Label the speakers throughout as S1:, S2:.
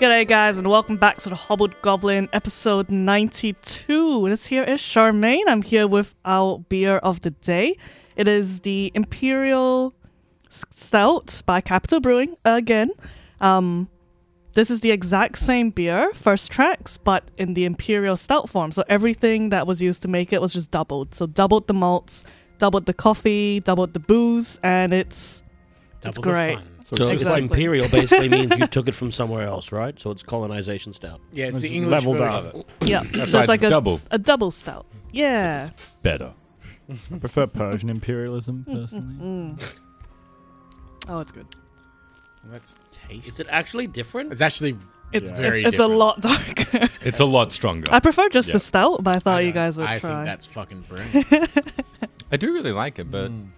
S1: G'day, guys, and welcome back to the Hobbled Goblin episode 92. This here is Charmaine. I'm here with our beer of the day. It is the Imperial Stout by Capital Brewing again. Um, this is the exact same beer, first tracks, but in the Imperial Stout form. So everything that was used to make it was just doubled. So doubled the malts, doubled the coffee, doubled the booze, and it's It's
S2: Double the
S1: great.
S2: fun.
S3: So
S1: Exactly.
S3: it's imperial basically means you took it from somewhere else, right? So it's colonization stout.
S4: Yeah, it's
S5: It's
S4: the
S5: just
S4: English
S5: leveled
S4: version.
S5: up.
S1: yeah,
S5: That's
S1: so
S5: why
S1: it's like a
S5: double
S1: a double stout. Yeah.
S5: better. I prefer Persian imperialism
S6: Mm-hmm.
S5: personally.
S1: Oh, it's good.
S4: Let's
S2: Is
S4: taste it.
S2: it actually different?
S4: It's actually
S1: It's it's,
S5: Yeah.
S4: Very
S1: it's a
S4: different.
S1: lot darker.
S6: It's a lot stronger.
S1: I prefer just
S6: Yeah.
S1: the stout, but I thought
S4: I
S1: you
S4: don't-
S1: guys would
S4: I
S1: try.
S4: think that's fucking brilliant.
S6: I do really like it, but
S5: Mm.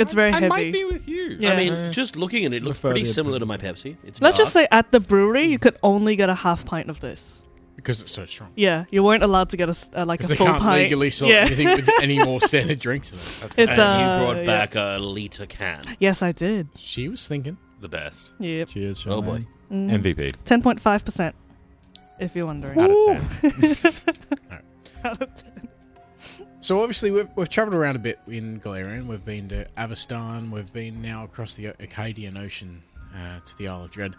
S1: it's very
S6: I
S1: heavy.
S6: might be with you.
S1: Yeah.
S6: I
S2: I
S6: mean,
S2: mean, just looking at it, it looks
S5: Prefer
S2: pretty
S5: the
S2: similar to my Pepsi. It's
S1: Let's just
S2: dark.
S1: say at the brewery you could only get a half pint of this.
S4: because it's so strong.
S1: Yeah, you weren't allowed to get a s- uh, like a
S4: Because
S1: full
S4: they can't
S1: pint.
S4: legally sell
S1: yeah.
S4: anything with any more standard drinks in it. That's-
S1: it's
S2: and
S1: uh,
S2: you brought
S1: yeah.
S2: back a liter can.
S1: Yes, I did.
S4: She was thinking.
S6: The best.
S1: Yep, Mm-hmm.
S5: Cheers, Charmaine.
S2: Oh, boy.
S1: Mm.
S6: MVP.
S1: ten point five percent. If you're wondering,
S6: Out of 10.
S1: Out of 10.
S4: So obviously we've, we've travelled around a bit in Galarian. We've been to Avastan. We've been now across the Acadian Ocean uh, to the Isle of Dread.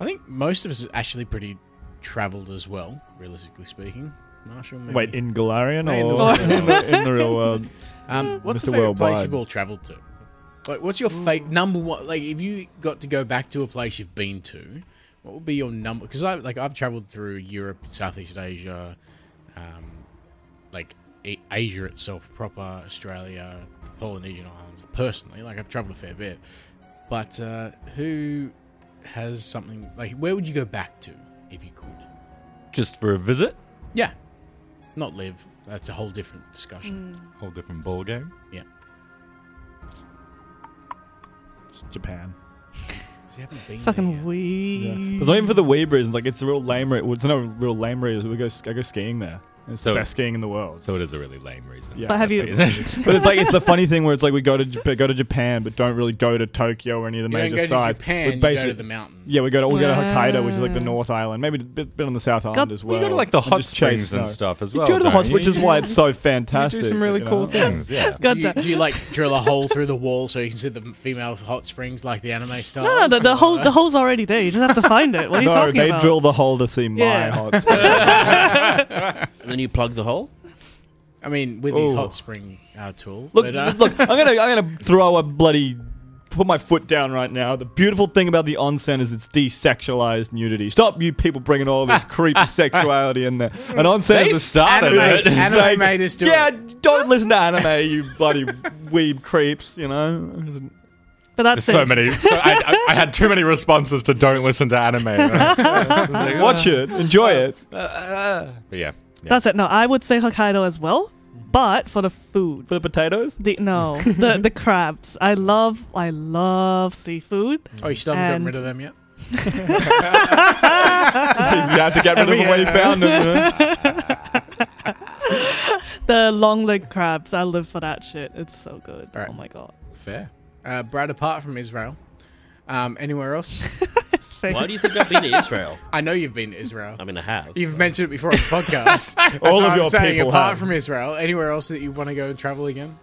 S4: I think most of us are actually pretty travelled as well, realistically speaking. Marshall, maybe.
S5: Wait, in Galarian
S4: No, in the
S5: or
S4: world.
S5: in the, in the real world?
S4: Um, what's the
S5: Mr.
S4: favorite place
S5: Worldwide.
S4: you've all travelled to? Like, what's your fa- number one? Like, if you got to go back to a place you've been to, what would be your number? Because I like I've travelled through Europe, Southeast Asia, um, like a- Asia itself proper, Australia, the Polynesian islands. Personally, like I've travelled a fair bit, but uh, who has something like? Where would you go back to if you could?
S6: Just for a visit.
S4: Yeah, not live. That's a whole different discussion.
S6: Whole different ball game.
S4: Yeah.
S5: It's Japan.
S4: 'Cause you haven't been
S1: Fucking
S4: there yet.
S5: Yeah.
S1: weed.
S5: It's not even for the weeb reasons. Like it's a real lame. Re- it's not a real lame reason. We go. I go skiing there. It's
S6: So-
S5: the best skiing in the world.
S6: So it is a really lame reason.
S5: Yeah.
S1: But have you?
S6: That's it.
S5: but it's like it's the funny thing where it's like we go to Jap- go to Japan, but don't really go to Tokyo or any of the
S4: You don't
S5: major
S4: go
S5: sides.
S4: to Japan,
S5: we
S4: you go
S5: basically-
S4: to the mountain.
S5: yeah, we go to we go to Hokkaido, which is like
S1: Ah.
S5: the North Island, maybe a bit, bit on the South Island as
S6: We
S5: well.
S6: go to like the
S5: and
S6: hot
S5: just chase
S6: springs and
S5: snow.
S6: stuff as
S5: You
S6: well.
S5: go to the
S6: don't
S5: hot, which
S6: you?
S5: is why it's so
S6: You
S5: fantastic.
S6: do some really
S5: you know?
S6: cool things. Yeah.
S1: God
S4: Do you,
S1: damn-
S4: do you like drill a hole through the wall so you can see the female hot springs like the anime style?
S1: No, no, the, the hole the hole's already there. You just have to find it. What are you
S5: No,
S1: talking
S5: they
S1: about?
S5: drill the hole to see my
S1: Yeah.
S5: hot springs.
S2: And then you plug the hole.
S4: I mean, with his
S5: Ooh.
S4: hot spring uh, tool.
S5: Look,
S4: but, uh,
S5: look, I'm gonna, I'm gonna throw a bloody, put my foot down right now. The beautiful thing about the onsen is it's desexualized nudity. Stop you people bringing all this creepy sexuality in there. An onsen
S6: They
S5: is a
S6: started
S4: anime-
S6: it.
S4: anime
S5: Like,
S4: made us do
S5: yeah,
S4: it.
S5: don't listen to anime, you bloody weeb creeps. You know,
S1: But that's
S6: There's so
S1: it.
S6: many. So I, I, I had too many responses to don't listen to anime. but
S5: watch it, enjoy
S1: Uh,
S5: it.
S6: yeah. yeah.
S1: That's it. No, I would say Hokkaido as well, but for the food.
S5: For the potatoes,
S1: The no, the the crabs. I love I love seafood.
S4: oh, you still haven't gotten
S1: And-
S4: rid of them yet?
S5: you
S1: uh,
S5: have to get rid of them when you found them. You know?
S1: The long leg crabs. I live for that shit. It's so good.
S4: Alright.
S1: Oh my god.
S4: Fair. Uh, Brad, apart from Israel, um, anywhere else?
S1: His face.
S2: Why do you think I've been to Israel?
S4: I know you've been to Israel.
S2: I mean, I have.
S4: You've mentioned it before on the podcast. That's
S5: All
S4: what
S5: of
S4: I'm
S5: your
S4: saying,
S5: people
S4: apart
S5: have.
S4: from Israel, anywhere else that you want to go and travel again?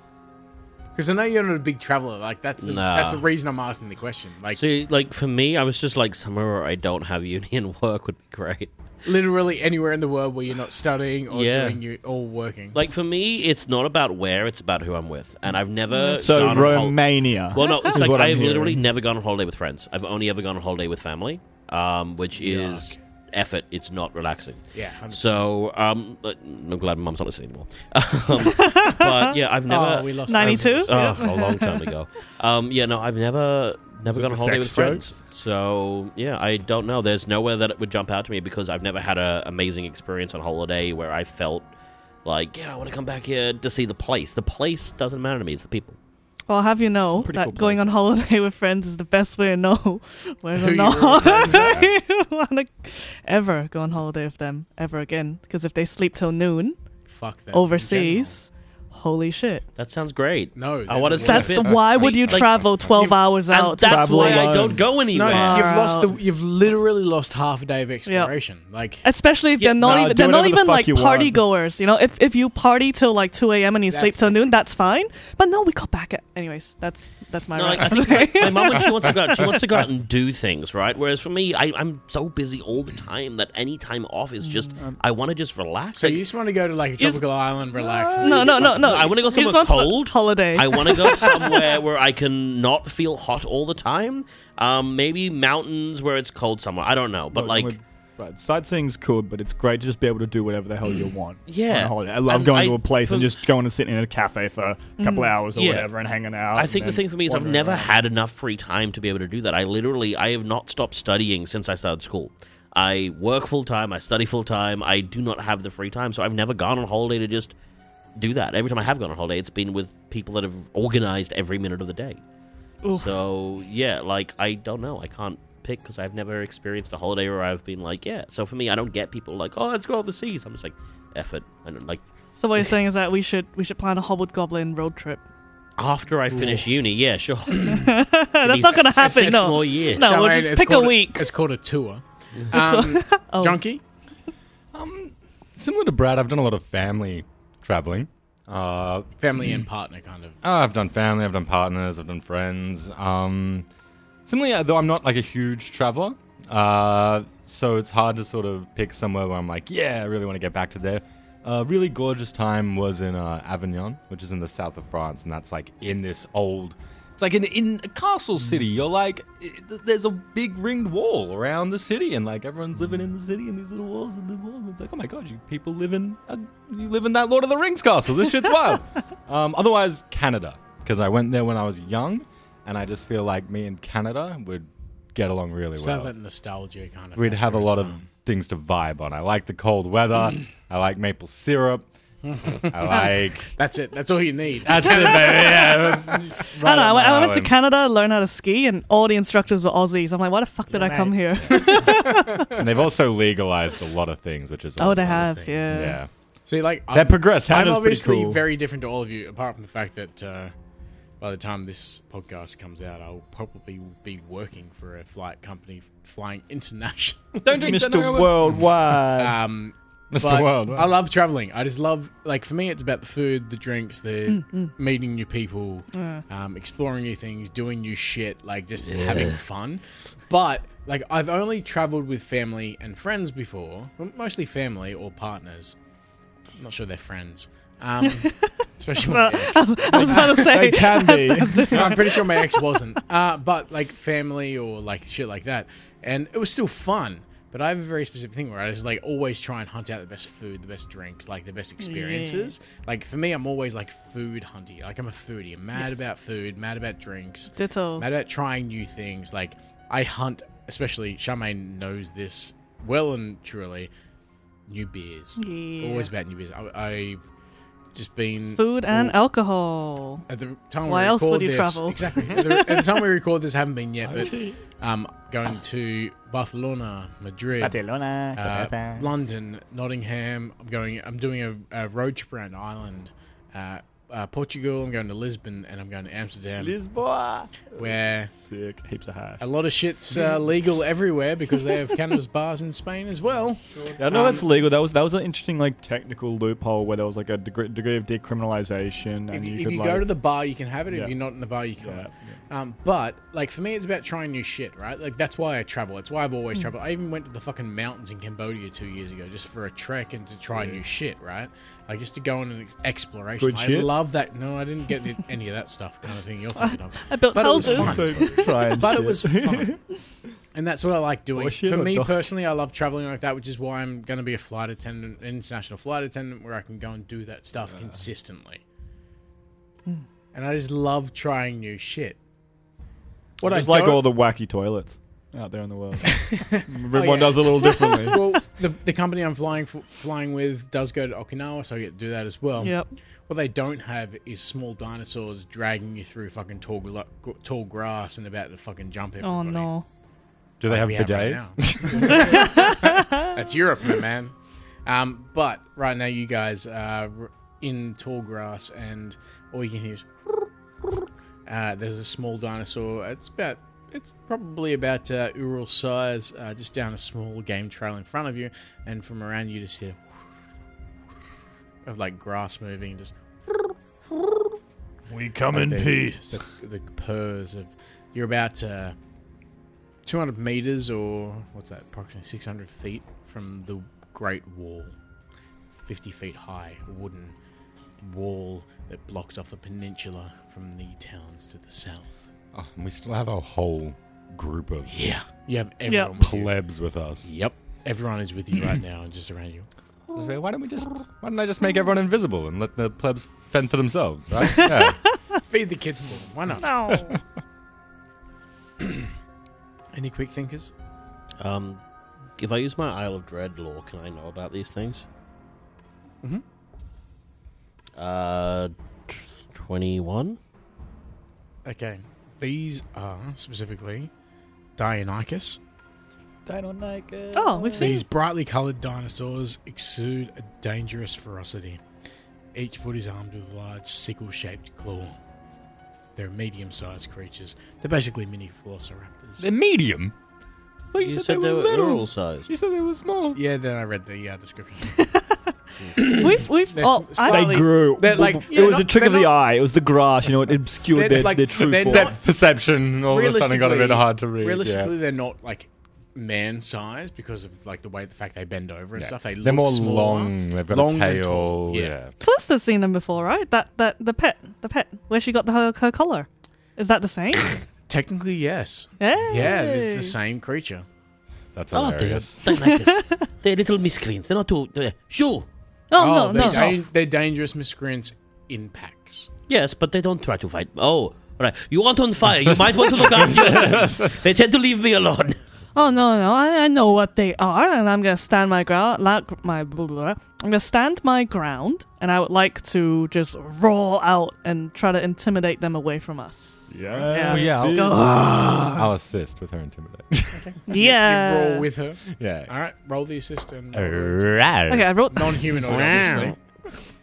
S4: Because I know you're not a big traveler. Like that's the,
S2: Nah.
S4: that's the reason I'm asking the question. Like
S2: See, like for me, I was just like somewhere where I don't have union work would be great.
S4: literally anywhere in the world where you're not studying or
S2: Yeah.
S4: doing you or working.
S2: Like for me, it's not about where; it's about who I'm with. And I've never
S5: So
S2: gone on hol-
S5: Romania.
S2: Well, no, it's
S5: is
S2: like
S5: what I'm
S2: I've literally
S5: hearing.
S2: never gone on holiday with friends. I've only ever gone on holiday with family, um, which is effort. It's not relaxing.
S4: yeah. 100%.
S2: So um, but I'm glad my mom's not listening anymore. Um, but yeah, I've never.
S4: oh, we lost.
S1: Ninety two.
S2: Oh, a long time ago. Um, yeah, no, I've never never gone on
S5: the
S2: holiday with
S5: sex
S2: friends.
S5: jokes?
S2: So yeah, I don't know. There's nowhere that it would jump out to me because I've never had an amazing experience on holiday where I felt like, yeah, I want to come back here to see the place. The place doesn't matter to me; it's the people.
S1: Well, I'll have you know
S5: pretty
S1: that
S5: cool
S1: going on
S5: places.
S1: holiday with friends is the best way to know
S4: Who
S1: whether or
S4: your
S1: not
S4: friends are.
S1: you want to ever go on holiday with them ever again. Because if they sleep till noon
S4: Fuck that.
S1: overseas, Holy shit.
S2: That sounds great.
S4: No,
S2: I
S4: that
S2: want to.
S4: doesn't
S1: That's the, why would you
S2: uh, Like-
S1: travel 12 hours
S2: And
S1: out? to
S2: that's
S5: travel
S2: why I
S5: alone.
S2: don't go anywhere.
S4: No,
S1: Far
S4: you've lost the.
S1: out.
S4: You've literally lost half a day of exploration. Like
S1: Especially if
S2: Yeah,
S1: they're not
S5: nah,
S1: even
S5: do
S1: they're not
S5: whatever the
S1: even
S5: fuck
S1: like
S5: you want.
S1: party goers, you know. If if you party till like two a.m. and you sleep
S4: That's
S1: till noon, that's fine. But no, we got back at anyways. That's that's my
S2: No,
S1: rant.
S2: like, I think like, my mum when she wants to go out, she wants to go out and do things, right? Whereas for me, I, I'm so busy all the time that any time off is just I want to just relax.
S4: so,
S2: Like,
S4: you just want to go to like a
S1: just-
S4: tropical island, relax.
S1: no, no, no, no.
S2: I wanna go
S1: You just
S2: somewhere
S1: want to-
S2: cold.
S1: holiday.
S2: I want to go somewhere where I can not feel hot all the time. Um, maybe mountains where it's cold somewhere. I don't know, but
S5: Look,
S2: like.
S5: we're- right, sightseeing's cool, but it's great to just be able to do whatever the hell you want.
S2: Yeah.
S5: on a holiday. I love
S2: And
S5: going
S2: I-
S5: to a place and
S2: for- Mm.
S5: just going and sitting in a cafe for a couple hours or
S2: Yeah.
S5: whatever and hanging out.
S2: I
S5: and
S2: think the
S5: then
S2: thing for me is I've
S5: wandering
S2: never
S5: around.
S2: had enough free time to be able to do that. I literally I have not stopped studying since I started school. I work full time, I study full time. I do not have the free time, so I've never gone on holiday to just do that. Every time I have gone on holiday, it's been with people that have organized every minute of the day.
S1: Oof.
S2: So yeah, like I don't know, I can't pick because I've never experienced a holiday where I've been like, yeah. So for me, I don't get people like, oh, let's go overseas. I'm just like, effort. I don't like
S1: so what you're saying is that we should we should plan a hobgoblin road trip.
S2: after I finish uni. Yeah, sure.
S1: That's not gonna happen.
S2: Six
S1: no.
S2: more years.
S1: No, we'll
S4: Charlene,
S1: just
S4: it's
S1: pick a
S4: called
S1: week.
S4: It's called a tour. Um,
S1: Oh.
S4: Junkie,
S6: Similar to Brad, I've done a lot of family traveling. Uh,
S4: family and partner, kind of.
S6: Oh, I've done family, I've done partners, I've done friends. Um, similarly, though, I'm not like a huge traveler, uh, so it's hard to sort of pick somewhere where I'm like, yeah, I really want to get back to there. A really gorgeous time was in uh, Avignon, which is in the south of France, and that's like in this old. It's like in, in a castle city. You're like, i- there's a big ringed wall around the city, and like everyone's living in the city in these little walls and the walls. It's like, oh my god, you people live in a, you live in that Lord of the Rings castle. This shit's wild. Um, otherwise, Canada, because I went there when I was young, and I just feel like me and Canada would get along really
S4: So
S6: well.
S4: that nostalgia kind of.
S6: We'd have a
S4: factor as
S6: lot of
S4: well.
S6: things to vibe on. I like the cold weather. I like maple syrup. I like.
S4: That's it. That's all you need.
S6: That's it, baby. Yeah, that's right
S1: I don't know. I
S6: up
S1: went,
S6: my
S1: I went to
S6: alley.
S1: Canada to learn how to ski, and all the instructors were Aussies. I'm like, why the fuck did I come here?
S6: And they've also legalized a lot of things, which is
S1: oh,
S6: also
S1: they
S6: a
S1: have,
S6: thing.
S1: yeah.
S6: Yeah,
S4: See, like
S6: they're
S4: I'm,
S6: progressed.
S4: I'm
S5: pretty
S4: obviously
S5: cool.
S4: very different to all of you, apart from the fact that uh, by the time this podcast comes out, I'll probably be working for a flight company flying international.
S6: Don't
S5: Mr. Worldwide.
S4: Um,
S6: Mr.
S4: but
S6: World.
S4: I love traveling. I just love, like, for me, it's about the food, the drinks, the meeting new people, um, exploring new things, doing new shit, like, just having fun. But, like, I've only traveled with family and friends before, m- mostly family or partners. I'm not sure they're friends. Um, especially my ex.
S1: I was about to say,
S5: they can be.
S4: No, I'm pretty sure my ex wasn't. Uh, but, like, family or, like, shit like that. And it was still fun. But I have a very specific thing where I just like always try and hunt out the best food, the best drinks, like the best experiences. Like for me, I'm always like food hunty. Like I'm a foodie. I'm mad about food, mad about drinks,
S1: ditto.
S4: mad about trying new things. Like I hunt, especially Charmaine knows this well and truly. New beers,
S1: Yeah.
S4: always about new beers. I, I've just been
S1: Food and
S4: Ooh.
S1: alcohol.
S4: at the time
S1: Why
S4: we
S1: else
S4: record
S1: would you
S4: this,
S1: travel?
S4: Exactly. At the, at the time we record this, I haven't been yet, but um, going to Barcelona, Madrid,
S5: Barcelona,
S4: uh,
S5: Barcelona.
S4: London, Nottingham. I'm going. I'm doing a, a road trip around Ireland, uh, uh, Portugal. I'm going to Lisbon, and I'm going to Amsterdam,
S5: Lisboa.
S4: where
S5: Sick. Heaps of hash.
S4: a lot of shit's uh, legal everywhere because they have cannabis bars in Spain as well.
S5: I know that's legal. That was that was an interesting like technical loophole where there was like a degree, degree of decriminalization.
S4: if
S5: and
S4: you,
S5: you
S4: if
S5: could,
S4: you
S5: like,
S4: go to the bar, you can have it.
S5: Yeah.
S4: If you're not in the bar, you can't. Um, but like for me, it's about trying new shit, right? Like that's why I travel. It's why I've always traveled. I even went to the fucking mountains in Cambodia two years ago just for a trek and to try new shit, right? Like just to go on an ex- exploration.
S5: Good
S4: I
S5: shit?
S4: love that. No, I didn't get it- any of that stuff kind of thing you're thinking of.
S1: I built
S4: But it was
S1: houses.
S4: fun.
S5: So try and
S4: But it
S5: shit.
S4: was fun. And that's what I like doing.
S5: Or shit
S4: For
S5: or
S4: me
S5: die.
S4: personally, I love traveling like that, which is why I'm going to be a flight attendant, an international flight attendant, where I can go and do that stuff consistently.
S5: Hmm.
S4: And I just love trying new shit. What
S5: Just
S4: I
S5: like
S4: don't-
S5: all the wacky toilets out there in the world. Everyone
S4: yeah.
S5: does it a little differently.
S4: well, the, the company I'm flying for, flying with does go to Okinawa, so I get to do that as well.
S1: Yep.
S4: What they don't have is small dinosaurs dragging you through fucking tall, gla- tall grass and about to fucking jump
S1: Oh
S4: everybody.
S1: no.
S6: Do they have
S4: we have Oh, right
S6: bidets?
S4: That's Europe, my man. Um, but right now, you guys, uh, r- in tall grass, and all you can hear is. Uh, there's a small dinosaur. It's about. It's probably about uh, Ural size, uh, just down a small game trail in front of you, and from around you just hear of like grass moving, just
S7: We come in
S4: the,
S7: peace.
S4: The, the purrs of you're about uh, 200 meters or what's that? Approximately 600 feet from the Great Wall, 50 feet high, wooden wall that blocks off the peninsula from the towns to the south.
S6: Oh, and we still have a whole group of
S4: Yeah, you have everyone. With you.
S6: plebs with us.
S4: Yep, everyone is with you right now and just around you.
S6: Why don't we just? Why don't I just make everyone invisible and let the plebs fend for themselves? Right? Yeah.
S4: Feed the kids to them. Why not?
S1: No.
S4: Any quick thinkers?
S2: Um, if I use my Isle of Dread lore, can I know about these things? Mm-hmm.
S4: Mhm.
S2: Uh, twenty-one.
S4: Okay, these are specifically Deinonychus.
S5: Deinonychus.
S1: oh, we've seen.
S4: These brightly coloured dinosaurs exude a dangerous ferocity. Each foot is armed with a large sickle shaped claw. They're medium sized creatures. They're basically mini velociraptors.
S6: They're medium. Well,
S2: You, said, they were
S6: little.
S2: little sized.
S6: You said they were small.
S4: yeah, then I read the uh, description.
S1: We've we've.
S4: They're
S1: Oh,
S4: s-
S1: I,
S5: They
S4: slightly-
S5: grew.
S4: they're like-
S5: it was
S4: they're
S5: a
S4: not-
S5: trick of
S4: they're
S5: the eye. It was the grass. You know, it obscured
S4: They're
S5: their,
S4: like-
S5: their true
S4: they're
S5: form.
S4: not-
S6: Perception all of a sudden got a bit hard to read.
S4: Realistically,
S6: yeah.
S4: they're not like man sized because of like the way the fact they bend over and
S6: Yeah.
S4: stuff. They
S6: They're
S4: look
S6: more
S4: smaller.
S6: long. They've got
S4: Long
S6: a
S4: than
S6: tail.
S4: tall,
S6: Yeah.
S4: yeah.
S1: Callista's seen them before, right? That that the pet, the pet, where she got the, her her collar. Is that the same? Oh,
S4: Technically, yes.
S1: yeah.
S4: Yeah, it's the same creature.
S6: that's
S2: Oh, dear.
S6: hilarious.
S2: Don't like this. They're little miscreants. They're not too. they sure.
S1: Oh,
S4: they're,
S1: no, no.
S4: dan- they're dangerous miscreants in packs.
S2: Yes, but they don't try to fight. Oh, right. You aren't on fire. You might want to look after yourself. They tend to leave me alone.
S1: Oh no, no, I, I know what they are, and I'm gonna stand my ground. Like my, blah, blah, blah. I'm gonna stand my ground, and I would like to just roar out and try to intimidate them away from us.
S5: yeah.
S1: Oh,
S6: yeah, I'll-
S1: Go,
S6: I'll assist with her intimidate.
S1: yeah.
S4: You roll with her. All
S6: yeah.
S4: right, roll the assist and Er.
S6: Alright.
S1: okay, I wrote.
S4: non-humanoid, obviously.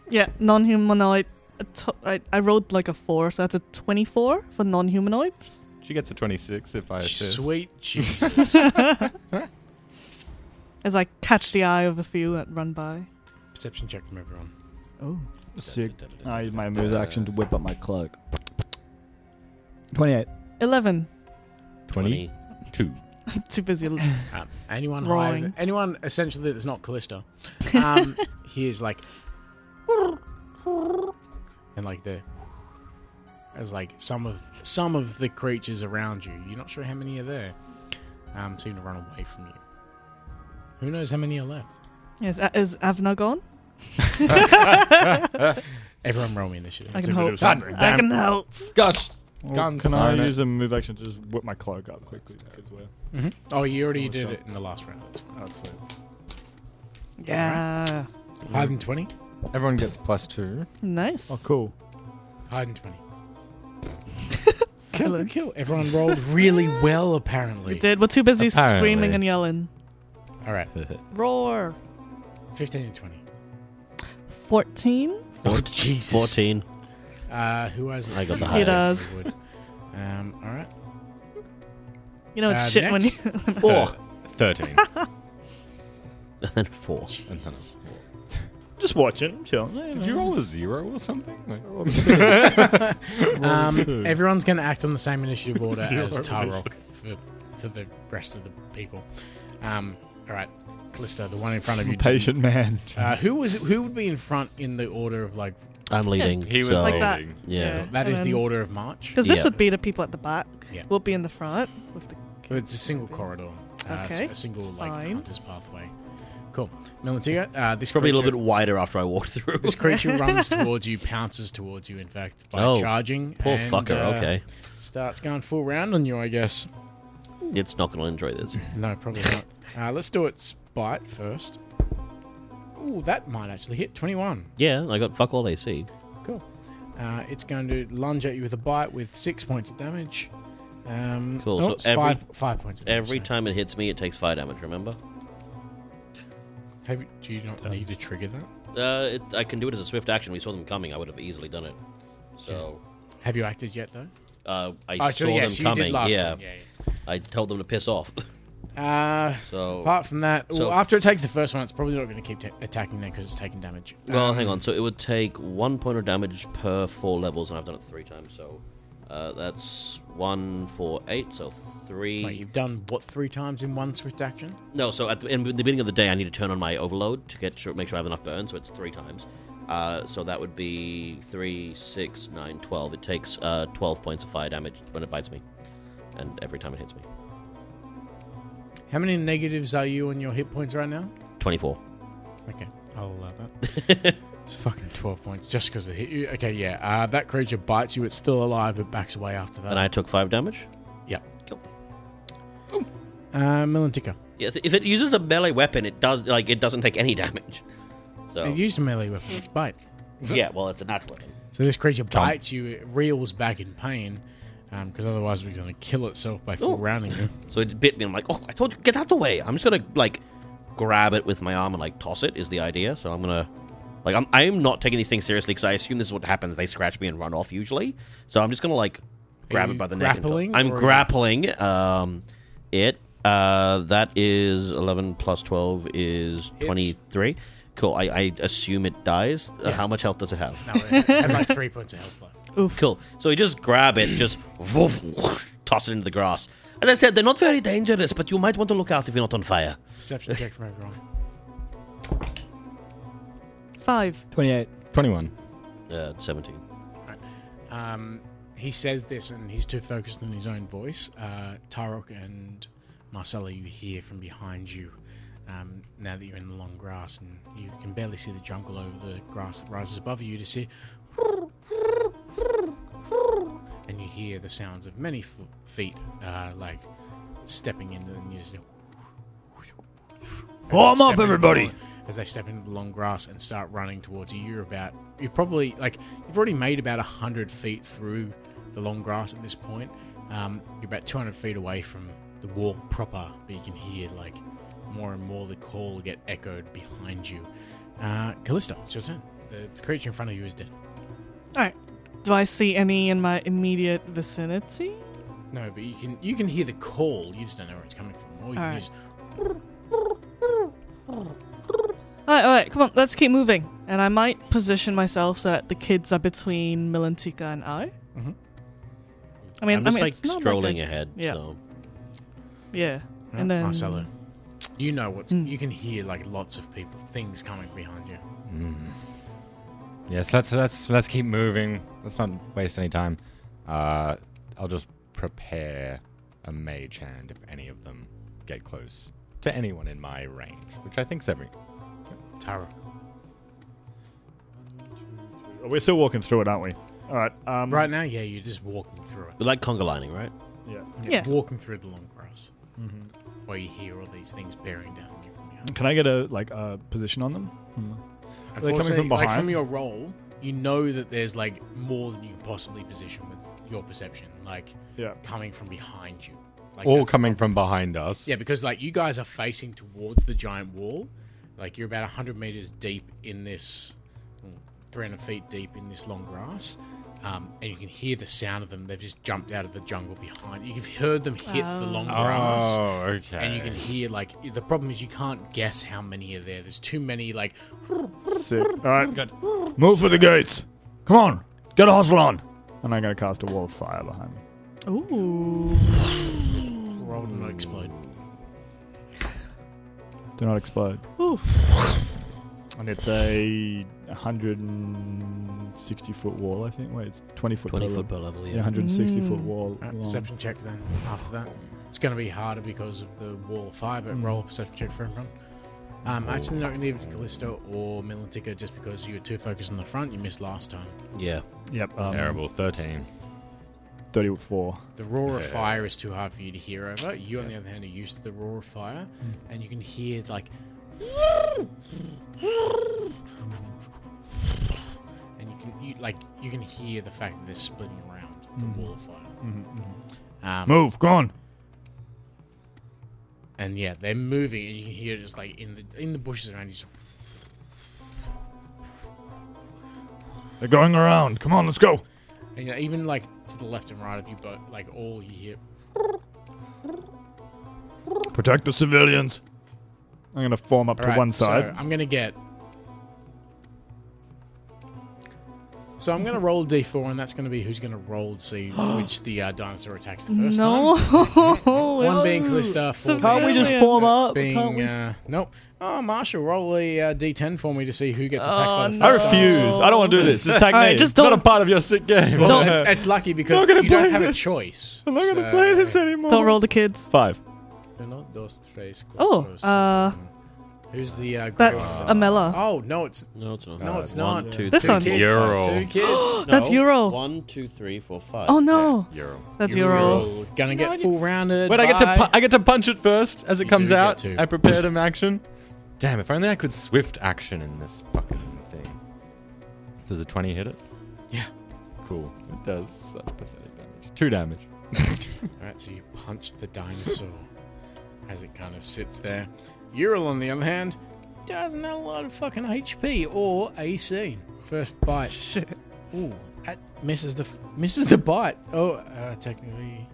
S1: Yeah, non-humanoid. uh, to- I I rolled like a four, so that's a twenty-four for non-humanoids.
S6: She gets a 26 if I assist.
S4: Sweet Jesus!
S1: As I catch the eye of a few that run by.
S4: Perception check from everyone.
S1: Oh,
S5: Sick. I used my move action to whip up my cloak. 28.
S1: eleven.
S6: 22.
S1: I'm too busy. l-
S4: Um, anyone
S1: Rolling.
S4: higher, anyone essentially that's not Callista, um, he is like, and like the, as like some of some of the creatures around you. You're not sure how many are there. Um, seem to run away from you. Who knows how many are left?
S1: Yes, a- is Avna gone?
S4: Everyone roll me initiative.
S1: I can
S7: Super
S1: help.
S7: duper super.
S1: I can help.
S6: Gosh.
S5: Well,
S6: Guns
S5: can I
S6: on it.
S5: use a move action to just whip my cloak up quickly? Because we're
S4: Mhm. Oh, you already did it in the last round. That's
S5: oh, sweet.
S1: Yeah.
S4: fine. Higher than twenty.
S6: Everyone gets plus two.
S1: Nice.
S5: Oh, cool.
S4: Higher than twenty.
S1: Silence.
S4: Everyone rolled really well, apparently.
S1: We did. We're too busy
S6: Apparently.
S1: screaming and yelling.
S4: All right,
S1: Roar.
S4: 15 and 20.
S1: 14.
S4: Oh, Jesus.
S2: Fourteen.
S4: Uh, who has it?
S2: I got the
S4: You
S2: higher. He
S1: does.
S4: would. Um, all right.
S1: You know, it's
S4: Uh,
S1: shit when you.
S4: next.
S6: Four. 13.
S2: And then four.
S6: And then a four.
S5: Just watching. Chill.
S6: Did you roll a zero or something? Like,
S4: Um, everyone's going to act on the same initiative order
S6: Zero.
S4: as Tarok for, for the rest of the people. Um, all right. Callisto, the one in front of you.
S5: Patient man.
S4: Uh, who was who would be in front in the order of like
S2: I'm leading.
S6: he was
S2: so,
S1: like that.
S6: holding.
S2: Yeah.
S4: that is the order of march.
S1: Because this
S2: Yeah.
S1: would be the people at the back.
S4: Yeah.
S1: We'll be in the front with the.
S4: It's a single corridor. Uh,
S1: Okay.
S4: A single like
S1: Fine.
S4: hunter's pathway. Cool. Militiga, uh this
S2: Probably a little
S4: creature-
S2: bit wider after I walked through.
S4: This creature runs towards you, pounces towards you, in fact, by
S2: Oh,
S4: charging.
S2: Poor
S4: and,
S2: fucker.
S4: uh,
S2: okay.
S4: Starts going full round on you, I guess.
S2: It's not going to enjoy this.
S4: No, probably not. Uh, let's do it spite first. Ooh, that might actually hit 21.
S2: Yeah, I got fuck all AC.
S4: Cool. Uh, it's going to lunge at you with a bite with six points of damage. Um,
S2: Cool,
S4: no,
S2: so
S4: it's
S2: every-
S4: five, five points of damage.
S2: Every
S4: sorry.
S2: time it hits me, it takes fire damage. Remember?
S4: Have you- do you not need to trigger that?
S2: Uh, it, I can do it as a swift action. We saw them coming. I would have easily done it. So
S4: Have you acted yet, though?
S2: uh, I
S4: Oh,
S2: saw
S4: sure, yes,
S2: them
S4: you
S2: coming.
S4: did last
S2: yeah.
S4: time. Yeah,
S2: I told them to piss off.
S4: yeah. Uh,
S2: So
S4: apart from that,
S2: So-
S4: well, after it takes the first one, it's probably not going to keep ta- attacking then because it's taking damage.
S2: Well,
S4: Um,
S2: hang on. So it would take one point of damage per four levels, and I've done it three times. So uh, that's one, four, eight. So three.
S4: Wait, you've done what three times in one swift action?
S2: No. So at the, in the beginning of the day, I need to turn on my overload to get sure, make sure I have enough burn. So it's three times. Uh, so that would be three, six, nine, twelve. It takes uh, twelve points of fire damage when it bites me, and every time it hits me,
S4: How many negatives are you on your hit points right now?
S2: twenty-four.
S4: Okay, I'll allow that. it's fucking twelve points just because it hit you. Okay, yeah. Uh, that creature bites you. It's still alive. It backs away after that.
S2: And I took five damage.
S4: yeah.
S2: Cool.
S4: Uh, Milantika.
S2: Yeah, if it uses a melee weapon, it does like it doesn't take any damage. So
S4: It used a melee weapon. It's bite.
S2: yeah, well, it's a natural weapon.
S4: So this creature bites you. It reels back in pain because otherwise we're going to kill itself by full
S2: Ooh.
S4: rounding you.
S2: So it bit me. and I'm like, oh, I told you, get out the way. I'm just gonna like grab it with my arm and like toss it is the idea. So I'm gonna like I'm I'm not taking these things seriously because I assume this is what happens. They scratch me and run off usually. So I'm just gonna like grab
S4: you
S2: it by the neck. and toss-
S4: grappling,
S2: I'm
S4: or-
S2: grappling. Um, it. Uh, that is 11 plus 12 is 23. Cool. I, I assume it dies. Uh, how much health does it have?
S4: No, it had like three points of health left.
S2: Cool. So you just grab it, just woof, whoosh, toss it into the grass. As I said, they're not very dangerous, but you might want to look out if you're not on fire.
S4: Perception check from everyone.
S1: Five.
S5: 28.
S6: 21.
S2: Uh, 17.
S4: Um, he says this, and he's too focused on his own voice. Uh, Tarok and Marcella, you hear from behind you um, now that you're in the long grass, and you can barely see the jungle over the grass that rises above you to see. And you hear the sounds of many fo- feet, uh, like stepping into the you just
S5: Warm
S4: Step
S5: up,
S4: into the
S5: everybody.
S4: long- As they step into the long grass and start running towards you, you're about you're probably like you've already made about hundred feet through the long grass at this point. Um, you're about 200 feet away from the wall proper, but you can hear like more and more the call get echoed behind you. Uh, Callista, it's your turn. The creature in front of you is dead.
S1: All right. Do I see any in my immediate vicinity?
S4: No, but you can you can hear the call. You just don't know where it's coming from. Or you can
S1: Alright.
S4: use
S1: All right, all right, come on, let's keep moving. And I might position myself so that the kids are between Milantika and I.
S4: Mhm.
S1: I mean,
S2: I'm
S1: I
S2: just
S1: mean,
S2: like
S1: it's not
S2: strolling
S1: like a-
S2: ahead.
S1: yeah.
S2: So.
S1: Yeah,
S4: Yeah,
S1: and then
S4: Marcelo. You know what's
S1: Mm.
S4: you can hear like lots of people things coming behind you.
S6: Yes, let's let's let's keep moving. Let's not waste any time. Uh, I'll just prepare a mage hand if any of them get close to anyone in my range, which I think's every.
S4: Tara.
S5: Oh, we're still walking through it, aren't we? All right. Um,
S4: Right now, yeah, you're just walking through it.
S2: We like conga lining, right?
S5: Yeah.
S1: Yeah.
S4: Walking through the long grass. Mm-hmm. Where you hear all these things bearing down on you from behind.
S5: Can I get a like a position on them? Hmm. coming from
S4: Unfortunately, like,
S5: behind?
S4: from your role, you know that there's like more than you can possibly position with your perception, like
S5: Yeah.
S4: coming from behind you. Like
S6: All
S4: that's-
S6: coming from behind us.
S4: Yeah, because like you guys are facing towards the giant wall, like you're about hundred meters deep in this, three hundred feet deep in this long grass, um, and you can hear the sound of them. They've just jumped out of the jungle behind you. You've heard them hit the long grass,
S6: Oh, okay.
S4: and you can hear like the problem is you can't guess how many are there. There's too many like
S5: Sick. All right. Good. Move for the gates. Come on. Get a hustle on. And I'm gonna cast a wall of fire behind me.
S1: Ooh.
S4: rolled and not explode.
S5: Do not explode.
S1: Ooh.
S5: And it's a 160 foot wall, I think. Wait, it's 20 foot.
S2: 20
S5: per
S2: foot per
S5: level.
S2: level,
S5: Yeah,
S2: yeah.
S5: 160 foot
S1: Mm.
S5: wall.
S4: Uh,
S5: long.
S4: perception check then after that. It's going to be harder because of the wall of fire, but
S5: Mm.
S4: roll a perception check for everyone. I'm actually not going to give it to Callisto or Milantica just because you were too focused on the front. You missed last time.
S2: Yeah.
S5: Yep. Um,
S6: Terrible. Thirteen.
S5: 34.
S4: The roar of
S6: Yeah.
S4: fire is too hard for you to hear over. You, on the other hand, are used to the roar of fire, and you can hear like, and you can you, like you can hear the fact that they're splitting around the wall of fire. Um,
S5: Move. Go on.
S4: and yeah, they're moving, and you can hear just like in the in the bushes around you. just-
S5: They're going around. Come on, let's go.
S4: And, you know, even like to the left and right of you, but like all you hear.
S5: Protect the civilians. I'm gonna form up to
S4: Alright,
S5: one
S4: so
S5: side.
S4: I'm gonna get. So I'm gonna roll a d4, and that's gonna be who's gonna roll to see which the uh, dinosaur attacks the first
S1: no.
S4: time. One being Calista, four
S1: Can't
S5: Can't we
S4: being, uh,
S5: just
S1: Civilians.
S5: form up? Can't
S4: being
S5: we-
S4: uh, nope. Oh, Marshall, roll a uh, d10 for me to see who gets attacked by
S1: Oh,
S4: the
S1: no.
S5: I
S4: first dinosaur.
S5: refuse. I don't want to do this. Just take
S1: All
S5: me.
S1: right, just
S5: It's
S1: don't-
S5: not a part of your sick game.
S4: Well,
S5: Yeah.
S4: it's, it's lucky because
S5: Not gonna
S4: you don't
S5: play
S4: have a
S5: this.
S4: choice.
S5: I'm not gonna
S4: So-
S5: play this anymore.
S1: Don't roll the kids.
S5: Five.
S4: Uno, dos, tres,
S1: Oh,
S4: cuatro,
S1: uh,
S4: cinco. who's the uh,
S1: that's
S4: girl?
S1: Amela.
S4: Oh no, it's
S2: No, it's not.
S4: No, it's
S2: Uh, One,
S4: not.
S2: two,
S1: This
S2: three,
S1: one.
S4: two kids.
S6: Euro.
S4: Two kids.
S1: That's
S2: No.
S1: Euro.
S2: One, two, three, four, five.
S1: Oh no,
S6: Euro.
S1: that's
S4: You're
S1: Euro.
S4: Gonna get full rounded.
S6: Wait, I get to
S4: Bye.
S6: pu- I get to punch it first as it
S4: You
S6: comes
S4: do get
S6: out.
S4: to.
S6: I prepared an action. Damn! If only I could swift action in this fucking thing. Does a twenty hit it?
S4: Yeah.
S6: Cool. It does such pathetic damage. Two damage.
S4: Alright, so you punch the dinosaur as it kind of sits there. Ural, on the other hand, doesn't have a lot of fucking HP or AC. First bite. Shit. Ooh, that misses the misses the bite. Oh, uh, technically,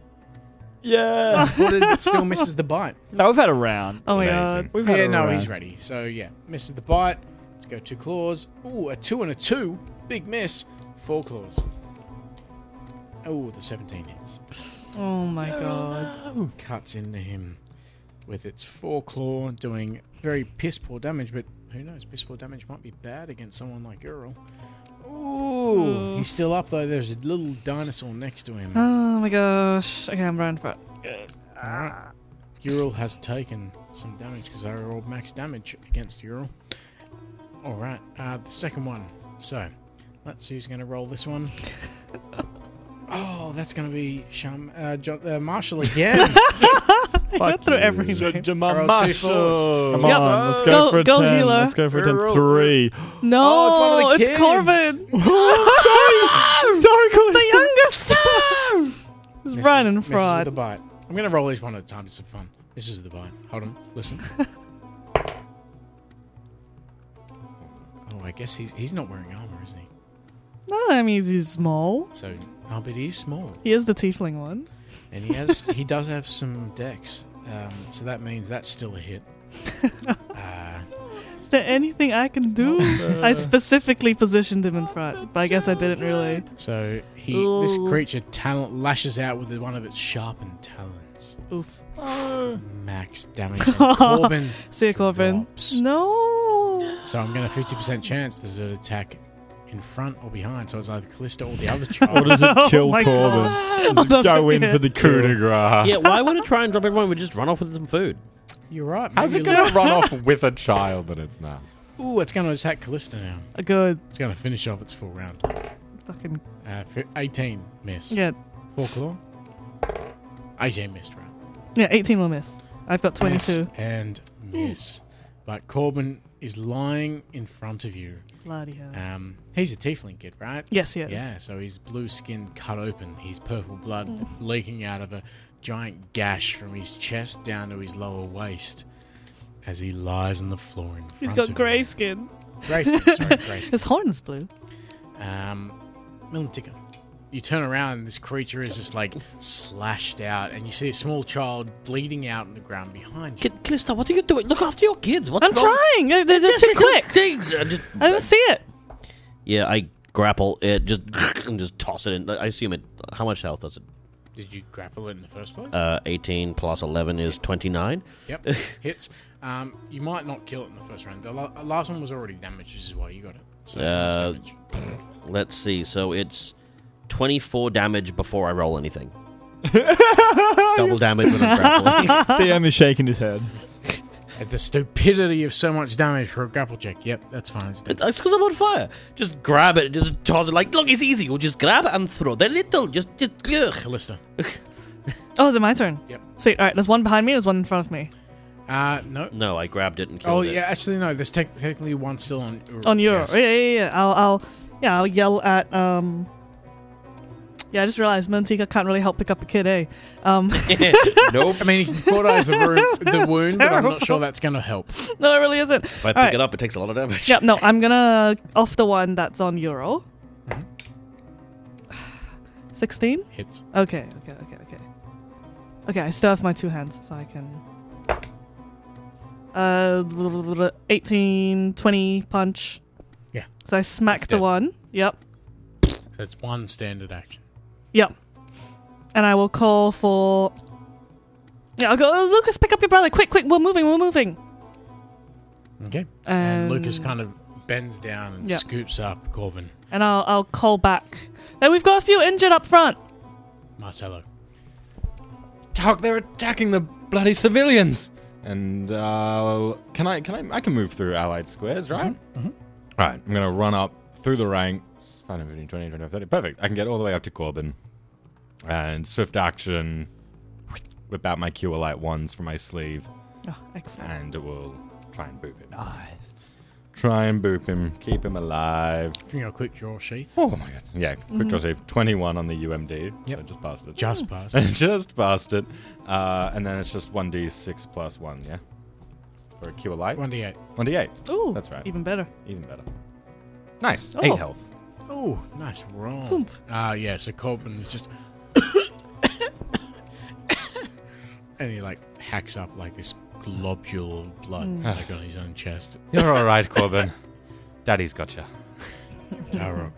S5: Yeah.
S4: but it still misses the bite.
S5: no, we've had a round.
S1: Oh my
S6: Amazing.
S1: god.
S5: We've had
S4: Yeah,
S5: a
S4: no,
S5: round.
S4: he's ready. So yeah, misses the bite. Let's go two claws. Ooh, a two and a two. Big miss. Four claws. Oh, the seventeen hits.
S1: Oh my god.
S4: cuts into him with its foreclaw, doing very piss poor damage. But who knows? Piss poor damage might be bad against someone like Ural. Ooh,
S1: Ooh.
S4: he's still up though. There's a little dinosaur next to him.
S1: Oh my gosh. Okay, I'm running for it.
S4: Alright. Ural has taken some damage because I rolled max damage against Ural. All right, uh, the second one. So let's see who's going to roll this one. Oh, that's going to be Sham- uh, jo- uh, Marshall again.
S5: Fuck
S1: through
S5: you.
S1: everything.
S5: Ja- Jamal
S4: Roll two
S5: Marshall.
S4: fours.
S5: Come
S1: Yep.
S5: on, let's
S1: Go-
S5: go for a
S1: go,
S5: 10.
S1: healer.
S5: Let's go for a 10.
S4: Roll.
S5: Three.
S1: No,
S4: Oh, it's one of the kids. Oh,
S1: Corbin. the youngest.
S5: Sorry, Colin.
S1: He's
S4: Misses-
S1: running
S4: misses with the
S1: fraud.
S4: bite. I'm gonna roll these one at a time just for fun. This is the bite. Hold on, listen. oh, I guess he's he's not wearing armor, is he?
S1: No, that means he's small.
S4: So, oh, but he's small,
S1: He is the tiefling one.
S4: and he has he does have some dex. Um, so that means that's still a hit. uh,
S1: Is there anything I can do? I specifically positioned him in front, but I guess I didn't really.
S4: so he this
S1: Ooh.
S4: creature talent lashes out with one of its sharpened talons.
S1: Oof.
S4: Max damage. And Corbin.
S1: See you, Corbin.
S4: drops.
S1: No.
S4: So I'm gonna fifty percent chance does it attack in front or behind. So it's either Callista or the other child.
S5: Or does it
S1: Oh
S5: kill
S1: my
S5: Corbin?
S1: God.
S5: Does it
S1: Does
S5: go
S1: it?
S5: in for the coup de grace.
S2: Yeah, why would it try and drop everyone? We just run off with some food.
S4: You're right.
S6: How's it
S4: maybe
S6: gonna run off with a child in its mouth?
S4: Ooh, it's going to attack Callista now.
S1: A good
S4: It's going to finish off its full round.
S1: fucking
S4: Uh, fi- 18 miss.
S1: yeah.
S4: Four claw. 18 missed round.
S1: Yeah, 18 will miss. I've got 22.
S4: Miss and
S1: Hmm.
S4: miss. But Corbin is lying in front of you.
S1: Bloody hell.
S4: Um, he's a tiefling kid, right?
S1: Yes, yes.
S4: Yeah, so his blue skin cut open, his purple blood
S1: Hmm.
S4: leaking out of a giant gash from his chest down to his lower waist as he lies on the floor in front
S1: He's
S4: of
S1: got
S4: you.
S1: grey skin.
S4: Grey skin, sorry, grey skin.
S1: His horn is blue.
S4: Um, Milantika, you turn around and this creature is just like slashed out, and you see a small child bleeding out on the ground behind you.
S2: Kid, Calista, what are you doing? Look after your kids. What's
S1: I'm
S2: wrong?
S1: trying. Uh, They're, they're too quick.
S2: Things, uh, just-
S1: I didn't see it.
S2: yeah, I grapple it, just and just toss it in. I assume it. How much health does it?
S4: Did you grapple it in the first place?
S2: Uh, 18 plus 11 is 29.
S4: yep, hits. Um, you might not kill it in the first round. The la- last one was already damaged, which is why you got it. So how
S2: Uh,
S4: much damage.
S2: Let's see. So it's 24 damage before I roll anything. Double damage when I'm grappling.
S5: DM is shaking his head.
S4: At the stupidity of so much damage for a grapple check. Yep, that's fine. It's dead.
S2: It's because I'm on fire. Just grab it, just toss it. Like, look, it's easy. We'll just grab it and throw. They're little. Just, just. Ugh.
S4: Callista.
S1: Oh, is it my turn?
S4: Yep.
S1: Sweet. All right, there's one behind me, there's one in front of me.
S4: Uh, no.
S2: No, I grabbed it and killed
S4: Oh
S2: it.
S4: yeah, actually no. There's tec- technically one still on. Ur-
S1: On your
S4: yes.
S1: Yeah, yeah, yeah. I'll, I'll, yeah, I'll yell at. um Yeah, I just realized Mantika can't really help pick up a kid, eh? Um,
S4: Nope. I mean, he can cauterize the, room, the wound, but I'm
S1: terrible.
S4: not sure that's going to help.
S1: no, it really isn't.
S2: If I pick
S1: All right.
S2: it up, it takes a lot of damage.
S1: Yep, no, I'm gonna off the one that's on Euro.
S4: Mm-hmm.
S1: 16?
S4: Hits.
S1: Okay, okay, okay, okay. Okay, I still have my two hands, so I can. Uh, 18, 20 punch.
S4: Yeah.
S1: So I smack
S4: That's
S1: the
S4: dead.
S1: one. Yep,
S4: So it's one standard action.
S1: yep. And I will call for. Yeah, I'll go, oh, Lucas, pick up your brother. Quick, quick, we're moving, we're moving.
S4: Okay.
S1: And,
S4: and Lucas kind of bends down and
S1: Yep.
S4: scoops up Corbin,
S1: And I'll, I'll call back. Then we've got a few injured up front.
S4: Marcelo.
S6: Talk, they're attacking the bloody civilians. And uh, can I? Can I? I can move through allied squares, right? All right, I'm gonna run up through the ranks. 5, 15, 20, 25, 30. Perfect. I can get all the way up to Corbin. And swift action, whip out my cure light ones from my sleeve,
S1: Oh, excellent.
S6: and we'll try and boop him. Nice. Try and boop him. Keep him alive.
S4: From your quick draw sheath.
S6: Oh my god. Yeah, quick draw save. 21 on the UMD.
S4: Yep.
S6: So just passed it.
S1: Oh.
S4: Just past.
S6: just passed it. Uh, and then it's just 1d6 plus 1, yeah? For a cure light?
S4: 1d8.
S6: 1d8.
S1: Ooh,
S6: That's right.
S1: Even better.
S6: Even better. Nice.
S1: Oh.
S6: 8 health.
S4: Oh, nice roll.
S1: Thump.
S4: Ah, yeah, so Corbin is just. and he, like, hacks up, like, this globule of blood,
S5: Hmm.
S4: like, on his own chest.
S6: You're alright, Corbin. Daddy's gotcha.
S4: Tarok.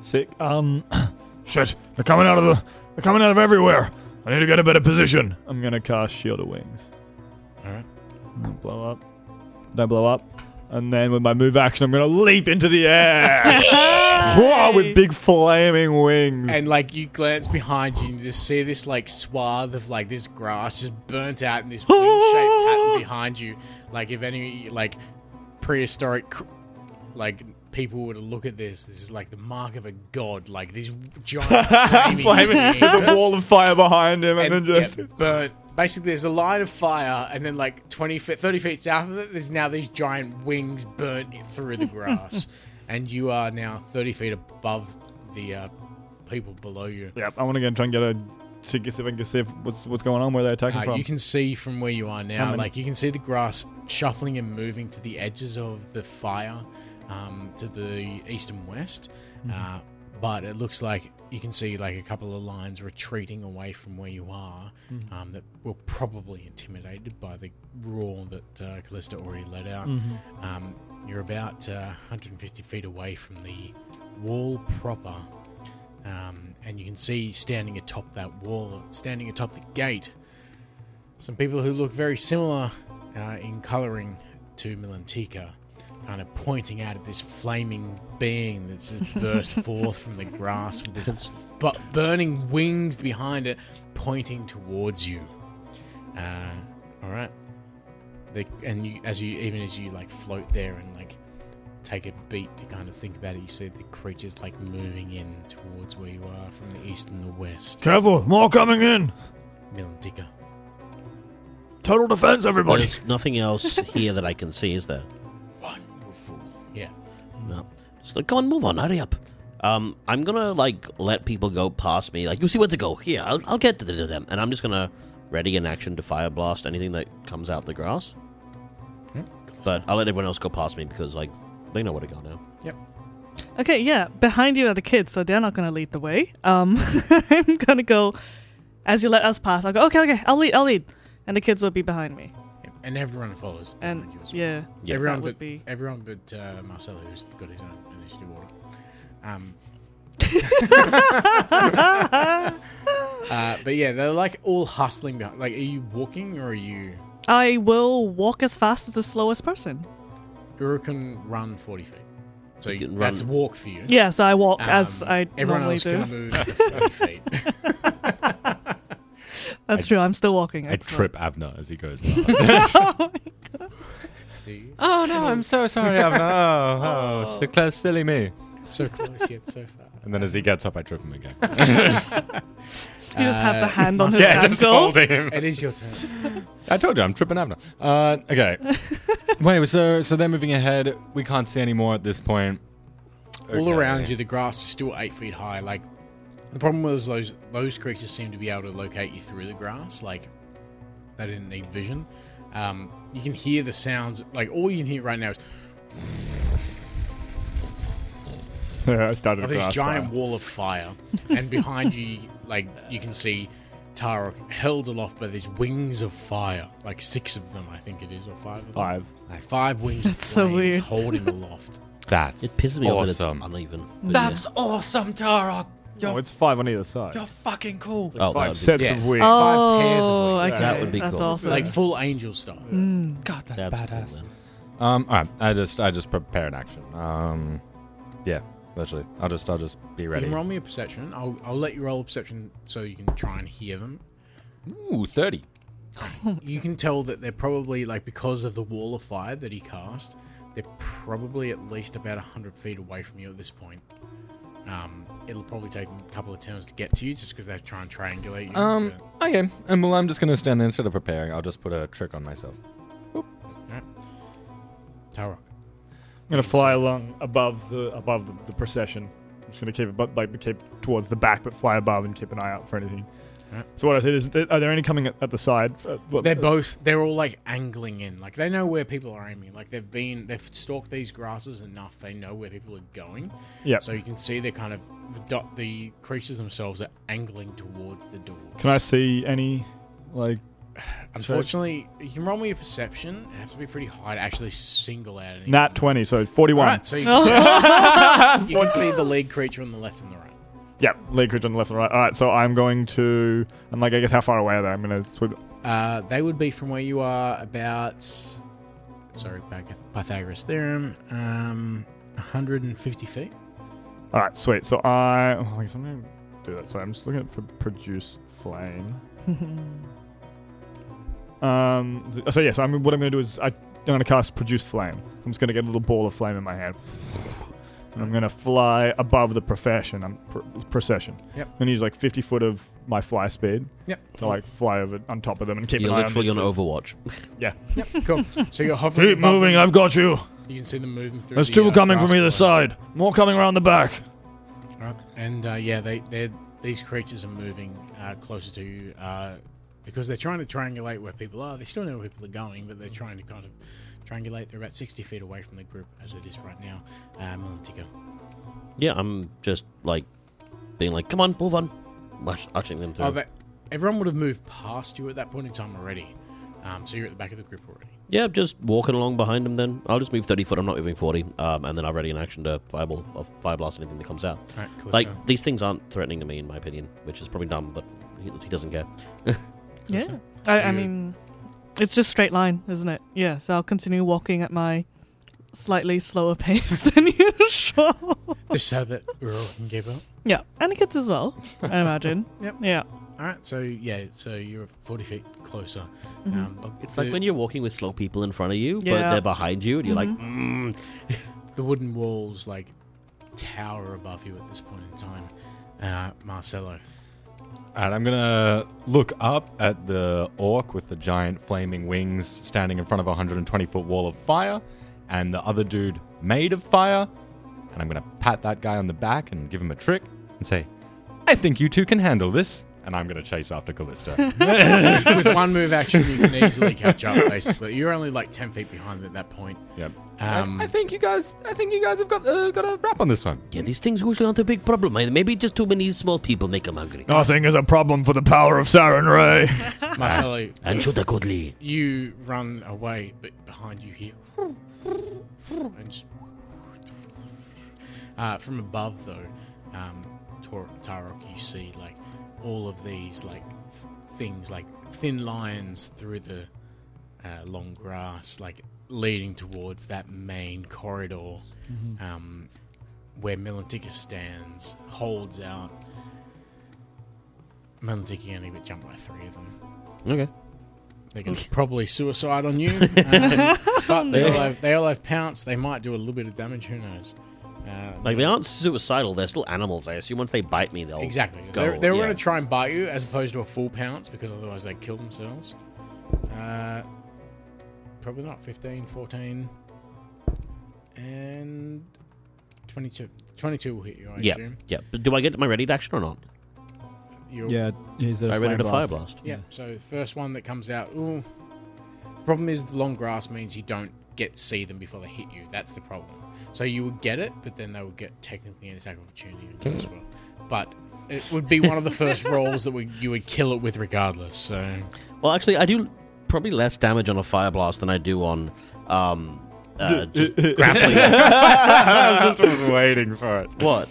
S5: Sick.
S7: Um, shit, they're coming out of the, they're coming out of everywhere. I need to get a better position.
S5: I'm gonna cast Shield of Wings.
S4: Alright.
S5: Don't blow up. Don't blow up. And then with my move action, I'm gonna leap into the air. Whoa, with big flaming wings.
S4: And like you glance behind you and you just see this like swath of like this grass just burnt out in this wing shaped pattern behind you. Like if any like prehistoric cr- like people were to look at this, this is like the mark of a god. Like these giant flaming wings
S5: There's a wall of fire behind him, and,
S4: and
S5: then just
S4: get burnt. Basically, there's a line of fire, and then like 20 feet, 30 feet south of it, there's now these giant wings burnt through the grass, and you are now 30 feet above the uh, people below you.
S5: Yep, I want to go and try and get a to get- see if I can see if what's what's going on, where they're attacking
S4: Uh,
S5: from.
S4: you can see from where you are now,
S5: many?
S4: like you can see the grass shuffling and moving to the edges of the fire um, to the east and west.
S5: Mm-hmm.
S4: Uh, but it looks like you can see like a couple of lines retreating away from where you are
S5: Mm-hmm.
S4: um, that were probably intimidated by the roar that uh, Callista already let out.
S5: Mm-hmm.
S4: Um, you're about uh, 150 feet away from the wall proper. Um, and you can see standing atop that wall, standing atop the gate, some people who look very similar uh, in colouring to Milantika, kind of pointing out at this flaming being that's just burst forth from the grass with this bu- burning wings behind it, pointing towards you. Uh, all right, the, and you, as you even as you like float there and like take a beat to kind of think about it, you see the creatures like moving in towards where you are from the east and the west.
S7: Careful, more coming in.
S4: Milantika.
S7: Total defense, everybody.
S2: There's nothing else here that I can see, is there?
S4: Wonderful. Yeah.
S2: No. Just like, come on, move on, hurry up. Um, I'm gonna like let people go past me. Like, you see where to go? Here, I'll, I'll get to the- to them. And I'm just gonna ready an action to fire blast anything that comes out the grass.
S5: Hmm?
S2: But I'll let everyone else go past me because like they know where to go now.
S1: Okay, yeah. Behind you are the kids, so they're not going to lead the way. Um, I'm going to go as you let us pass. I'll go, okay, okay, I'll lead, I'll lead. And the kids will be behind me.
S4: And everyone follows behind
S1: And
S4: you as well.
S1: yeah,
S2: Yes.
S4: everyone
S1: that
S4: but
S1: would be.
S4: everyone but uh, Marcelo, who's got his own initiative order. Um, uh, but yeah, they're like all hustling. Behind. Like, are you walking or are you?
S1: I will walk as fast as the slowest person.
S4: Guru can run forty feet, so
S2: You
S4: you-
S2: can
S4: that's
S2: run-
S4: walk for you.
S1: Yeah, so I walk
S4: Um,
S1: as I
S4: everyone
S1: normally
S4: else
S1: do.
S4: can move thirty feet.
S1: That's true. I'm still walking.
S6: I
S1: Excellent.
S6: trip Avner as he goes past.
S4: So you-
S6: oh no, I'm so sorry, Avner. Oh, oh, so close, silly me.
S4: so close yet so far.
S6: And then as he gets up, I trip him again.
S1: You just have the
S4: Uh,
S1: hand on his
S6: yeah, just
S1: ankle.
S6: holding him.
S4: It is your turn.
S6: I told you I'm tripping Avner. Uh, okay. Wait, so so they're moving ahead. We can't see any more at this point.
S4: All
S6: Okay.
S4: around you, the grass is still eight feet high. Like the problem was those those creatures seem to be able to locate you through the grass. Like they didn't need vision. Um, you can hear the sounds. Like all you can hear right now is
S5: I started
S4: of
S5: a
S4: this
S5: grass
S4: giant
S5: fire.
S4: wall of fire, and behind you, like you can see Tara held aloft by these wings of fire, like six of them, I think it is, or five of them.
S5: Five.
S4: Like five wings.
S1: That's
S4: of
S1: so
S4: flames
S1: weird.
S4: Holding aloft.
S6: That's
S2: It pisses me
S6: awesome.
S2: off that it's uneven.
S6: That's awesome, Tara. You're,
S5: Oh, it's five on either side.
S6: you're fucking cool.
S2: oh, that
S5: Five
S2: would be-
S5: sets
S4: yeah.
S5: of wings.
S1: Oh,
S6: pairs of wings.
S1: okay.
S2: That would be
S1: That's
S2: cool.
S1: awesome.
S4: like full angel stuff.
S5: Mm.
S6: God, that's,
S2: that's cool,
S6: badass.
S2: man.
S6: um, all right, I just I just prepare an action. Um, yeah, literally, I'll just I'll just be
S4: You
S6: ready.
S4: can roll me a perception. I'll, I'll let you roll a perception so you can try and hear them.
S6: Ooh, thirty.
S4: You can tell that they're probably like because of the wall of fire that he cast, they're probably at least about hundred feet away from you at this point. Um, it'll probably take them a couple of turns to get to you just because they're trying to triangulate you.
S6: Um,
S4: but-
S6: okay, and well, I'm just gonna stand there instead of preparing. I'll just put a trick on myself.
S4: Tarok.
S5: I'm gonna fly along above the above the, the procession. I'm just gonna keep it, but like keep towards the back, but fly above and keep an eye out for anything.
S4: Alright.
S5: So what I said is, are there any coming at, at the side? Uh, what-
S4: They're both. They're all like angling in. Like they know where people are aiming. Like they've been. They've stalked these grasses enough. They know where people are going.
S5: yeah.
S4: So you can see they're kind of the dot. The creatures themselves are angling towards the door.
S5: Can I see any? Like,
S4: Unfortunately, you can roll me a perception. It has to be pretty high to actually single out. Any
S5: nat twenty, so forty-one.
S4: Alright, so you, you can see the lead creature on the left and the right.
S5: Yep, Leakage on the left and right. All right, so I'm going to. I'm like, I guess how far away are they? I'm going to sweep.
S4: Uh, they would be from where you are about. Sorry, Pyth- Pythagoras theorem. Um, 150 feet.
S5: All right, sweet. So I. Oh, I guess I'm going to do that. So I'm just looking for produce flame. um. So yeah. So I'm. What I'm going to do is I, I'm going to cast produce flame. I'm just going to get a little ball of flame in my hand, and I'm going to fly above the profession. I'm pr- procession.
S4: Yep.
S5: I'm going to use like 50 foot of my fly speed
S4: Yep.
S5: to like fly over on top of them and keep
S2: You're
S5: an eye
S2: literally on
S5: on these
S2: Overwatch.
S5: two. Yeah.
S4: Yep. Cool. So you're hovering.
S7: Keep
S4: above
S7: moving,
S4: them.
S7: I've got you.
S4: You can see them moving through.
S7: There's
S4: the,
S7: two
S4: uh,
S7: coming from
S4: grass
S7: either
S4: below.
S7: side. More coming around the back.
S4: Right. And uh, yeah, they they these creatures are moving uh, closer to you uh, because they're trying to triangulate where people are. They still know where people are going, but they're trying to kind of triangulate. They're about sixty feet away from the group as it is right now. Uh, Melantico.
S2: Yeah, I'm just like being like, come on, move on. Rush- Rushing them through.
S4: Oh, they, everyone would have moved past you at that point in time already. Um, so you're at the back of the group already.
S2: yeah, just walking along behind them. Then I'll just move thirty foot. I'm not moving forty, um, and then I'm ready in action to fireball, or fire blast anything that comes out.
S4: All right, Callisto.
S2: Like these things aren't threatening to me, in my opinion, which is probably dumb, but he, he doesn't care.
S1: Yeah. I, I
S4: you-
S1: mean, it's just straight line, isn't it? Yeah. So I'll continue walking at my slightly slower pace than usual.
S4: just so that Uro can keep up.
S1: yeah, and the kids as well. I imagine.
S4: Yep.
S1: Yeah.
S4: All right, so yeah, so you're 40 feet closer. Um,
S2: It's like
S4: the-
S2: when you're walking with slow people in front of you,
S1: Yeah.
S2: but they're behind you, and you're like, mm.
S4: the wooden walls like tower above you at this point in time. Uh, Marcelo.
S6: And I'm gonna look up at the orc with the giant flaming wings standing in front of a 120 foot wall of fire, and the other dude made of fire. And I'm gonna pat that guy on the back and give him a trick and say, "I think you two can handle this." And I'm gonna chase after Callista.
S4: With one move action, you can easily catch up, basically. You're only like 10 feet behind at that point.
S6: yep.
S4: Um,
S6: I, I think you guys, I think you guys have got uh, got a wrap on this one.
S2: yeah, these things usually aren't a big problem. Maybe just too many small people make them
S5: Oh.
S2: hungry.
S7: Nothing is a problem for the power of Saren Ray.
S4: Marcelo,
S2: And shoot a goodly.
S4: you run away, but behind you here. And just- uh, from above, though, um, Tor- Tarok, you see like all of these like things, like thin lines through the uh, long grass, like leading towards that main corridor um, where Milantica stands, holds out. Milantica only but jumped by three of them.
S2: Okay.
S4: They can probably suicide on you, um, but they all have they all have pounce. They might do a little bit of damage. Who knows? Uh,
S2: Like they aren't suicidal; they're still animals. I assume once they bite me, they'll
S4: exactly.
S2: Go,
S4: they're they're
S2: yeah.
S4: going to try and bite you as opposed to a full pounce because otherwise they kill themselves. Uh, probably not 15, 14, and 22. 22 will hit you. I
S2: Yeah,
S4: assume.
S2: yeah. But do I get my ready to action or not?
S4: You're,
S5: he's
S2: I ready to fire blast.
S4: Yeah. So the first one that comes out. Ooh. Problem is the long grass means you don't get see them before they hit you. That's the problem. So you would get it, but then they would get technically an attack of opportunity on you as well. But it would be one of the first rolls that would you would kill it with regardless. So
S2: Well, actually, I do probably less damage on a fire blast than I do on um, uh, just grappling.
S6: I was just waiting for it.
S2: what?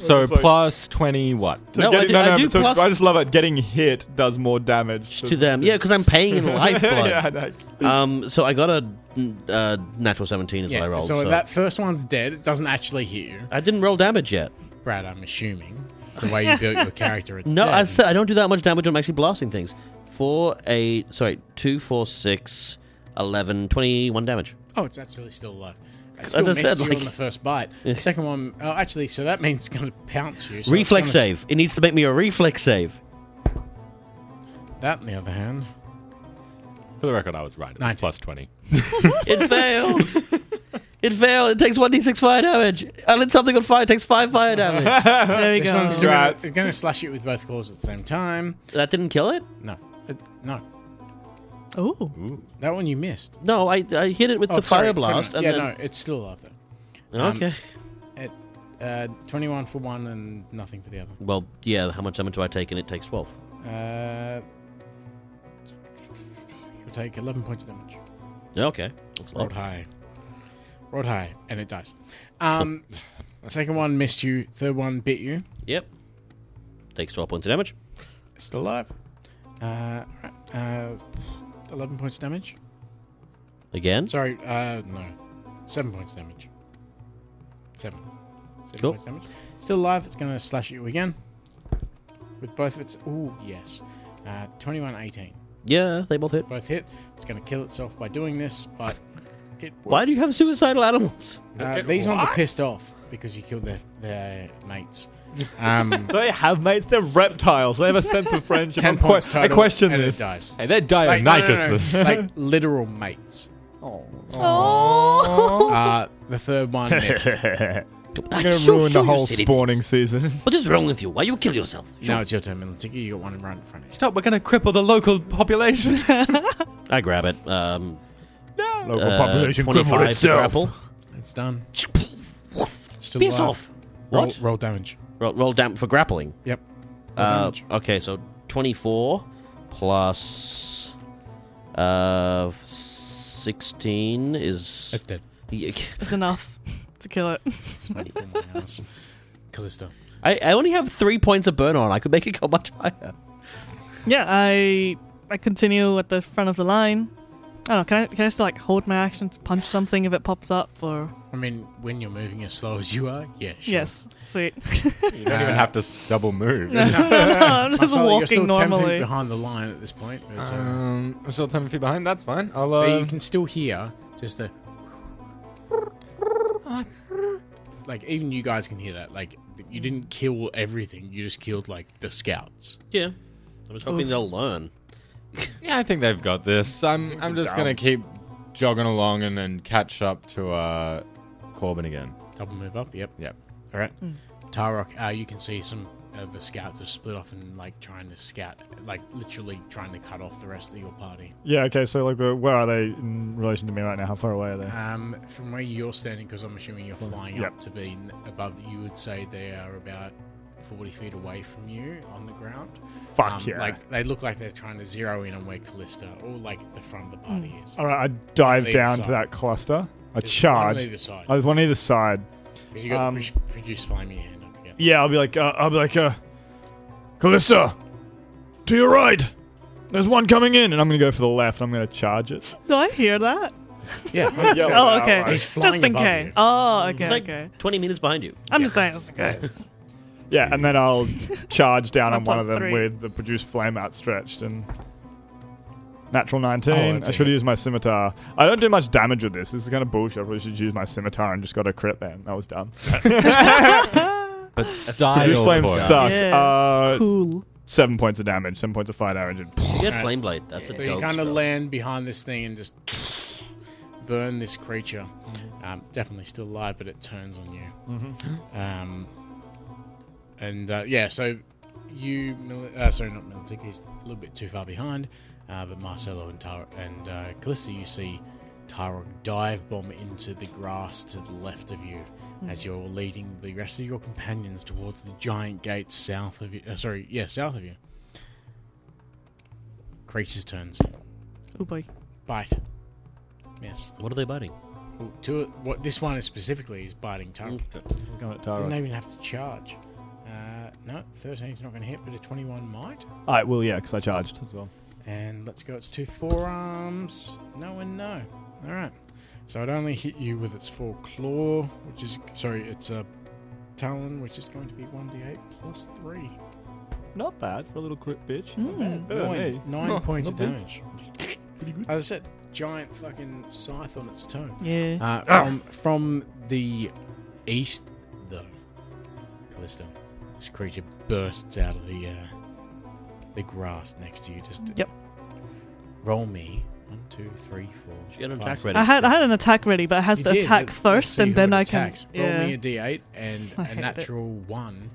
S6: So
S5: It's like-
S6: plus twenty what?
S2: No, I
S5: Getting-
S2: do, I do
S5: so
S2: plus
S5: I just love it. Getting hit does more damage
S2: to them. Yeah, because I'm paying in lifeblood.
S5: yeah, I know.
S2: Um, so I got a mm, uh, natural 17 is what I
S4: yeah.
S2: rolled.
S4: So,
S2: So,
S4: that first one's dead. It doesn't actually hit you,
S2: I didn't roll damage yet.
S4: Brad. I'm assuming the way you built your character. It's
S2: No,
S4: dead.
S2: I said I don't do that much damage when I'm actually blasting things. Four, eight, sorry, two, four, six, 11, 21 damage.
S4: Oh, it's actually still alive. It still
S2: I
S4: missed
S2: said,
S4: you
S2: like-
S4: on the first bite. Second one, oh, actually, so that means it's going to pounce you. So
S2: reflex
S4: it's gonna-
S2: save. It needs to make me a reflex save.
S4: That, on the other hand,
S6: For the record, I was right. It was
S4: Nineteen.
S6: plus twenty.
S2: It failed. it failed. It takes 1d6 fire damage. I lit something on fire. It takes 5 fire damage.
S1: There you
S4: this
S1: go.
S4: one's still
S5: Right.
S4: going to slash you with both claws at the same time.
S2: that didn't kill it?
S4: No, it, no,
S1: oh,
S4: that one you missed.
S2: No, I, I hit it with
S4: Oh,
S2: the
S4: sorry,
S2: fire blast.
S4: 20 Yeah,
S2: and
S4: no, it's still alive though.
S2: then,
S4: um,
S2: Okay.
S4: It, uh, Twenty-one for one and nothing for the other.
S2: Well, yeah, how much damage do I take? And it takes 12.
S4: Uh, you take eleven points of damage.
S2: Okay. That's a lot.
S4: Rolled high. Rolled high, and it dies. Um, second one missed you. Third one bit you.
S2: Yep. Takes 12 points of damage.
S4: Still alive. Uh, uh, 11 points damage.
S2: Again.
S4: Sorry, uh, no. 7 points damage. 7. 7
S2: Cool.
S4: points damage. Still alive. It's going to slash you again. With both of its. Ooh, yes. Uh, 21, 18.
S2: Yeah, they both hit.
S4: Both hit. It's going to kill itself by doing this, but. It
S2: Why do you have suicidal animals?
S4: Uh, these ones are pissed off because you killed their, their mates. Um,
S5: They have mates. They're reptiles. They have a sense of friendship.
S4: 10
S5: I'm que-
S4: points total.
S5: I question
S4: and
S5: this.
S4: It dies.
S6: Hey, they're
S4: Like, no, no,
S6: Dionycus.
S4: no, no. like literal mates.
S1: oh.
S4: Uh, the third one missed.
S5: I'm gonna ruin the whole spawning season.
S2: What is wrong with you? Why you kill yourself?
S4: now it's your turn, Militiki. You got one right in front of you.
S6: Stop! We're gonna cripple the local population.
S2: I grab it. Um,
S7: Local
S2: uh,
S7: population crippled
S2: 25 to
S7: itself.
S2: grapple.
S4: It's done. Still
S2: Piss
S4: alive.
S2: off.
S4: Roll,
S2: What?
S4: roll damage.
S2: Roll, roll down for grappling.
S4: Yep. Roll
S2: Uh,
S4: damage.
S2: okay, so 24 plus uh, 16 is.
S4: It's dead.
S2: Yeah,
S1: it's enough to kill it.
S4: It's ready for my house. Callisto.
S2: I, I only have three points of burn on. I could make it go much higher.
S1: Yeah, I I continue at the front of the line. I don't know. Can I can I still like hold my action to punch something if it pops up or
S4: I mean, when you're moving as slow as you are, yeah, sure.
S1: yes, sweet.
S6: you don't even have to s- double move.
S1: no, no, no, I'm
S4: I'm
S1: just
S4: sorry, you're
S1: walking
S4: still 10 feet
S1: normally.
S4: behind the line at this point. But, it's, uh,
S6: Um, I'm still ten feet behind. That's fine. I'll.
S4: but
S6: Uh,
S4: you can still hear just the. Like, even you guys can hear that. Like, you didn't kill everything, you just killed, like, the scouts.
S2: Yeah. I was hoping they'll learn.
S6: yeah, I think they've got this. I'm. I'm just gonna keep jogging along and then catch up to uh, Corbin again.
S4: Double move up, yep.
S6: Yep.
S4: All right,
S1: Hmm.
S4: Tarok, uh, you can see some of the scouts have split off and like trying to scout, like literally trying to cut off the rest of your party.
S5: Yeah. Okay. So like, uh, where are they in relation to me right now? How far away are they?
S4: Um, from where you're standing, because I'm assuming you're flying
S5: Yep.
S4: up to be n- above, you would say they are about forty feet away from you on the ground.
S5: Fuck
S4: Um,
S5: yeah.
S4: Like they look like they're trying to zero in on where Callista or like the front of the party is.
S5: All right. I dive
S4: Either
S5: down
S4: side.
S5: to that cluster. I
S4: There's
S5: Oh,
S4: One
S5: charge.
S4: on either side.
S5: I was one either side.
S4: 'Cause you got
S5: um,
S4: to pr- produce flame in your hand up again.
S5: Yeah. I'll be like, uh, I'll be like, uh,
S7: Callista, to your right.
S5: there's one coming in, and I'm gonna go for the left. and I'm gonna charge it.
S1: Do I hear that?
S4: Yeah.
S1: Oh, okay.
S4: He's
S1: Just
S4: flying
S1: in
S4: above
S1: case.
S4: you.
S1: Oh, okay,
S2: It's like
S1: okay.
S2: 20 meters behind you.
S1: I'm just saying, just in case.
S5: Yeah, and then I'll charge down
S1: One
S5: on one
S1: plus
S5: of them
S1: three.
S5: with the produced flame outstretched and natural
S1: Oh,
S5: 19.
S4: that's
S5: I
S4: a
S5: should
S4: hit.
S5: use my scimitar. I don't do much damage with this. This is kind of bullshit. I probably should use my scimitar and just got a crit then. That was dumb.
S6: But
S5: Produced
S6: style
S5: flame
S6: boy.
S5: sucks.
S1: Yeah.
S5: Uh,
S1: cool.
S5: Seven points of damage, seven points of fire damage. And
S2: You get flame blade. That's a
S4: So you
S2: dope
S4: kind of
S2: spell.
S4: land behind this thing and just burn this creature. Um, definitely still alive, but it turns on you. Um, and uh, yeah, so you, Mil- uh, sorry, not Militiki, he's a little bit too far behind, uh, but Marcelo and Tara and uh, Callista, you see Tyrok dive bomb into the grass to the left of you as you're leading the rest of your companions towards the giant gate south of you. Uh, sorry, yeah, south of you. Creatures turns.
S1: Oh boy.
S4: Bite. Yes.
S2: What are they biting?
S4: Well, two, what this one is specifically is biting
S2: Mm,
S4: Tyrok.
S5: Mm. We're going at
S4: Doesn't
S5: Tyrok.
S4: even have to charge. Uh, no, 13's not going to hit, but a 21 might.
S5: I will, yeah, because I charged as well.
S4: And let's go. It's two forearms. No and no. All right. So it only hit you with its full claw, which is sorry, it's a talon, which is going to be one d8 plus three.
S5: Not bad for a little crit bitch.
S1: Mm.
S5: Better than
S4: Nine,
S5: me.
S4: nine
S5: Not-
S4: points
S5: not
S4: of
S5: bad.
S4: damage.
S5: Pretty good.
S4: As I said, giant fucking scythe on its toe.
S1: Yeah.
S4: Uh, from from the east, though, Callisto, this creature bursts out of the uh, the grass next to you. Just
S1: Yep.
S4: Roll me one, two, three, four.
S2: She had an
S4: five,
S2: attack
S4: six,
S2: ready.
S1: I had I had
S4: seven.
S1: an attack ready, but it has
S4: You
S1: to
S4: did,
S1: attack
S4: but let's
S1: first,
S4: see
S1: and
S4: who
S1: then
S4: it
S1: I can.
S4: attacks. Roll
S1: Yeah.
S4: me a d8, and
S1: I
S4: a
S1: hate it.
S4: natural one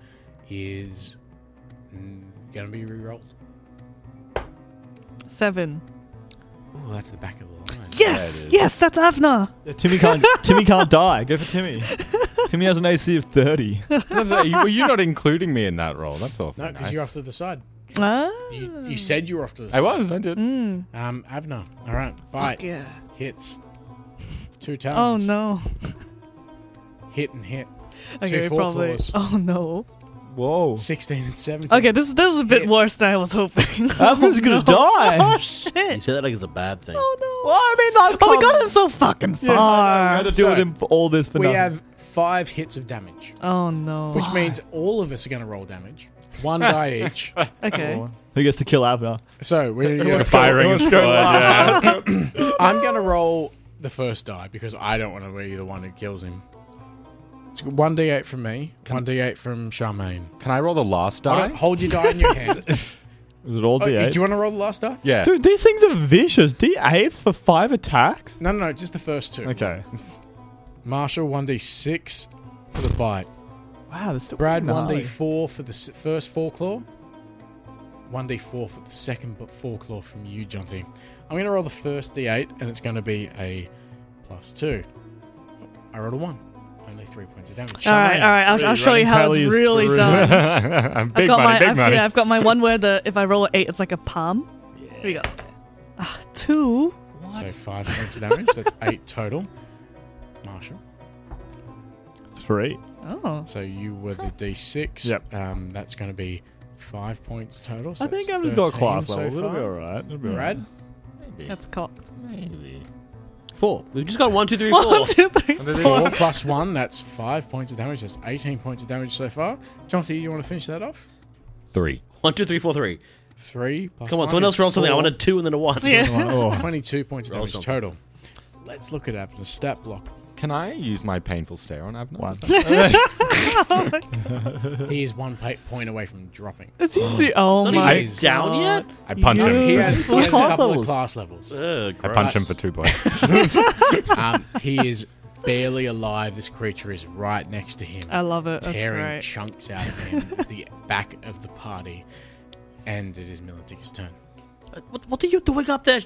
S4: is mm, gonna be rerolled.
S1: Seven.
S4: Oh, that's the back of the line.
S1: Yes,
S6: is.
S1: yes, that's Avner.
S5: Yeah, Timmy can't. Timmy can't die. Go for Timmy. Timmy has an AC of thirty.
S6: Were you not including me in that role? That's awful.
S4: No, because you're off to the side.
S1: Ah.
S4: You, you said you were off to the side.
S6: I was. I did.
S1: Mm.
S4: Um, Avner. All right. Bite.
S1: Yeah.
S4: Hits. Two
S1: Oh
S4: talons.
S1: no.
S4: Hit and hit.
S1: Okay,
S4: four
S1: probably.
S4: claws.
S1: Oh no.
S5: Whoa.
S4: 16 and 17.
S1: Okay, this this is a bit
S4: Hit.
S1: worse than I was hoping.
S5: Avner's gonna
S1: no.
S5: die.
S1: Oh
S2: You
S1: shit.
S2: say that like it's a bad thing.
S1: Oh no.
S5: Well, I mean, that's
S1: Oh, we got
S5: common.
S1: him so fucking
S5: Yeah, I know, we
S1: far.
S5: had to deal
S4: So,
S5: with him for all this for
S4: We
S5: nothing.
S4: have five hits of damage,
S1: Oh no.
S4: which means all of us are going to roll damage. One die each.
S1: Okay.
S5: Who gets to kill Avner?
S4: So we're going to
S6: You're
S4: go.
S6: firing squad. Yeah.
S4: I'm going to roll the first die because I don't want to be the one who kills him. It's one d8 from me, one d8 from Charmaine.
S6: Can I roll the last
S4: All right,
S6: die?
S4: hold your die in your hand.
S5: Is it all
S4: Oh, do
S5: D8?
S4: you want to roll the last die?
S6: Yeah.
S5: Dude, these things are vicious. D8s for five attacks?
S4: No, no, no, just the first two.
S5: Okay.
S4: Marshall, 1d6 for the bite.
S5: Wow, that's still
S4: Brad,
S5: pretty gnarly.
S4: 1d4 for the s- first four claw. 1d4 for the second but four claw from you, Jonty. I'm going to roll the first d8 and it's going to be a plus two. I rolled a one. Only three points of damage.
S1: All right, all right. I'll, I'll show you how it's
S5: Kelly's
S1: really
S5: three.
S1: done. I've
S6: big
S1: got
S6: money,
S1: my
S6: big
S1: I've,
S6: money.
S1: yeah, I've got my one where the if I roll an eight, it's like a palm. Here we go. Ah, two.
S4: Shanae. So five points of damage. That's eight total. Marshall.
S5: Three.
S1: Oh.
S4: So you were the d6.
S5: Yep.
S4: Um, that's going to be five points total. So
S5: I think
S4: that's
S5: Avner's got a
S4: 13
S5: class
S4: so
S5: level. It'll be
S4: far.
S5: alright. It'll be alright.
S4: Brad.
S1: That's cocked.
S2: Maybe. Four. We've just got one, two, three, four.
S1: One, two, three.
S4: Four plus one, that's five points of damage. That's 18 points of damage so far. Jonty, you want to finish that off?
S6: Three.
S2: One, two, three, four, three.
S4: Three. Plus
S2: Come on,
S4: one
S2: someone
S4: is
S2: else roll something. I
S4: four.
S2: want a two and then a one.
S1: Yeah.
S4: One is 22 points of
S2: Roll
S4: damage
S2: something.
S4: total. Let's look at Abner's stat block.
S6: Can I use my painful stare on Avner?
S5: One.
S4: He is one pa- point away from dropping. Um,
S1: It's easy. Oh
S2: Not
S1: my.
S2: even down yet?
S6: I punch
S1: Yeah.
S6: him.
S4: He
S1: Yes.
S4: has, he
S5: Full
S4: has a
S5: class
S4: couple
S5: levels.
S4: of class levels.
S2: Ugh,
S6: I
S2: gross.
S6: punch him for two points.
S4: Um, he is barely alive. This creature is right next to him.
S1: I love it. That's
S4: tearing
S1: great.
S4: chunks out of him at the back of the party. And it is Milantik's turn.
S2: What, what are you doing up there?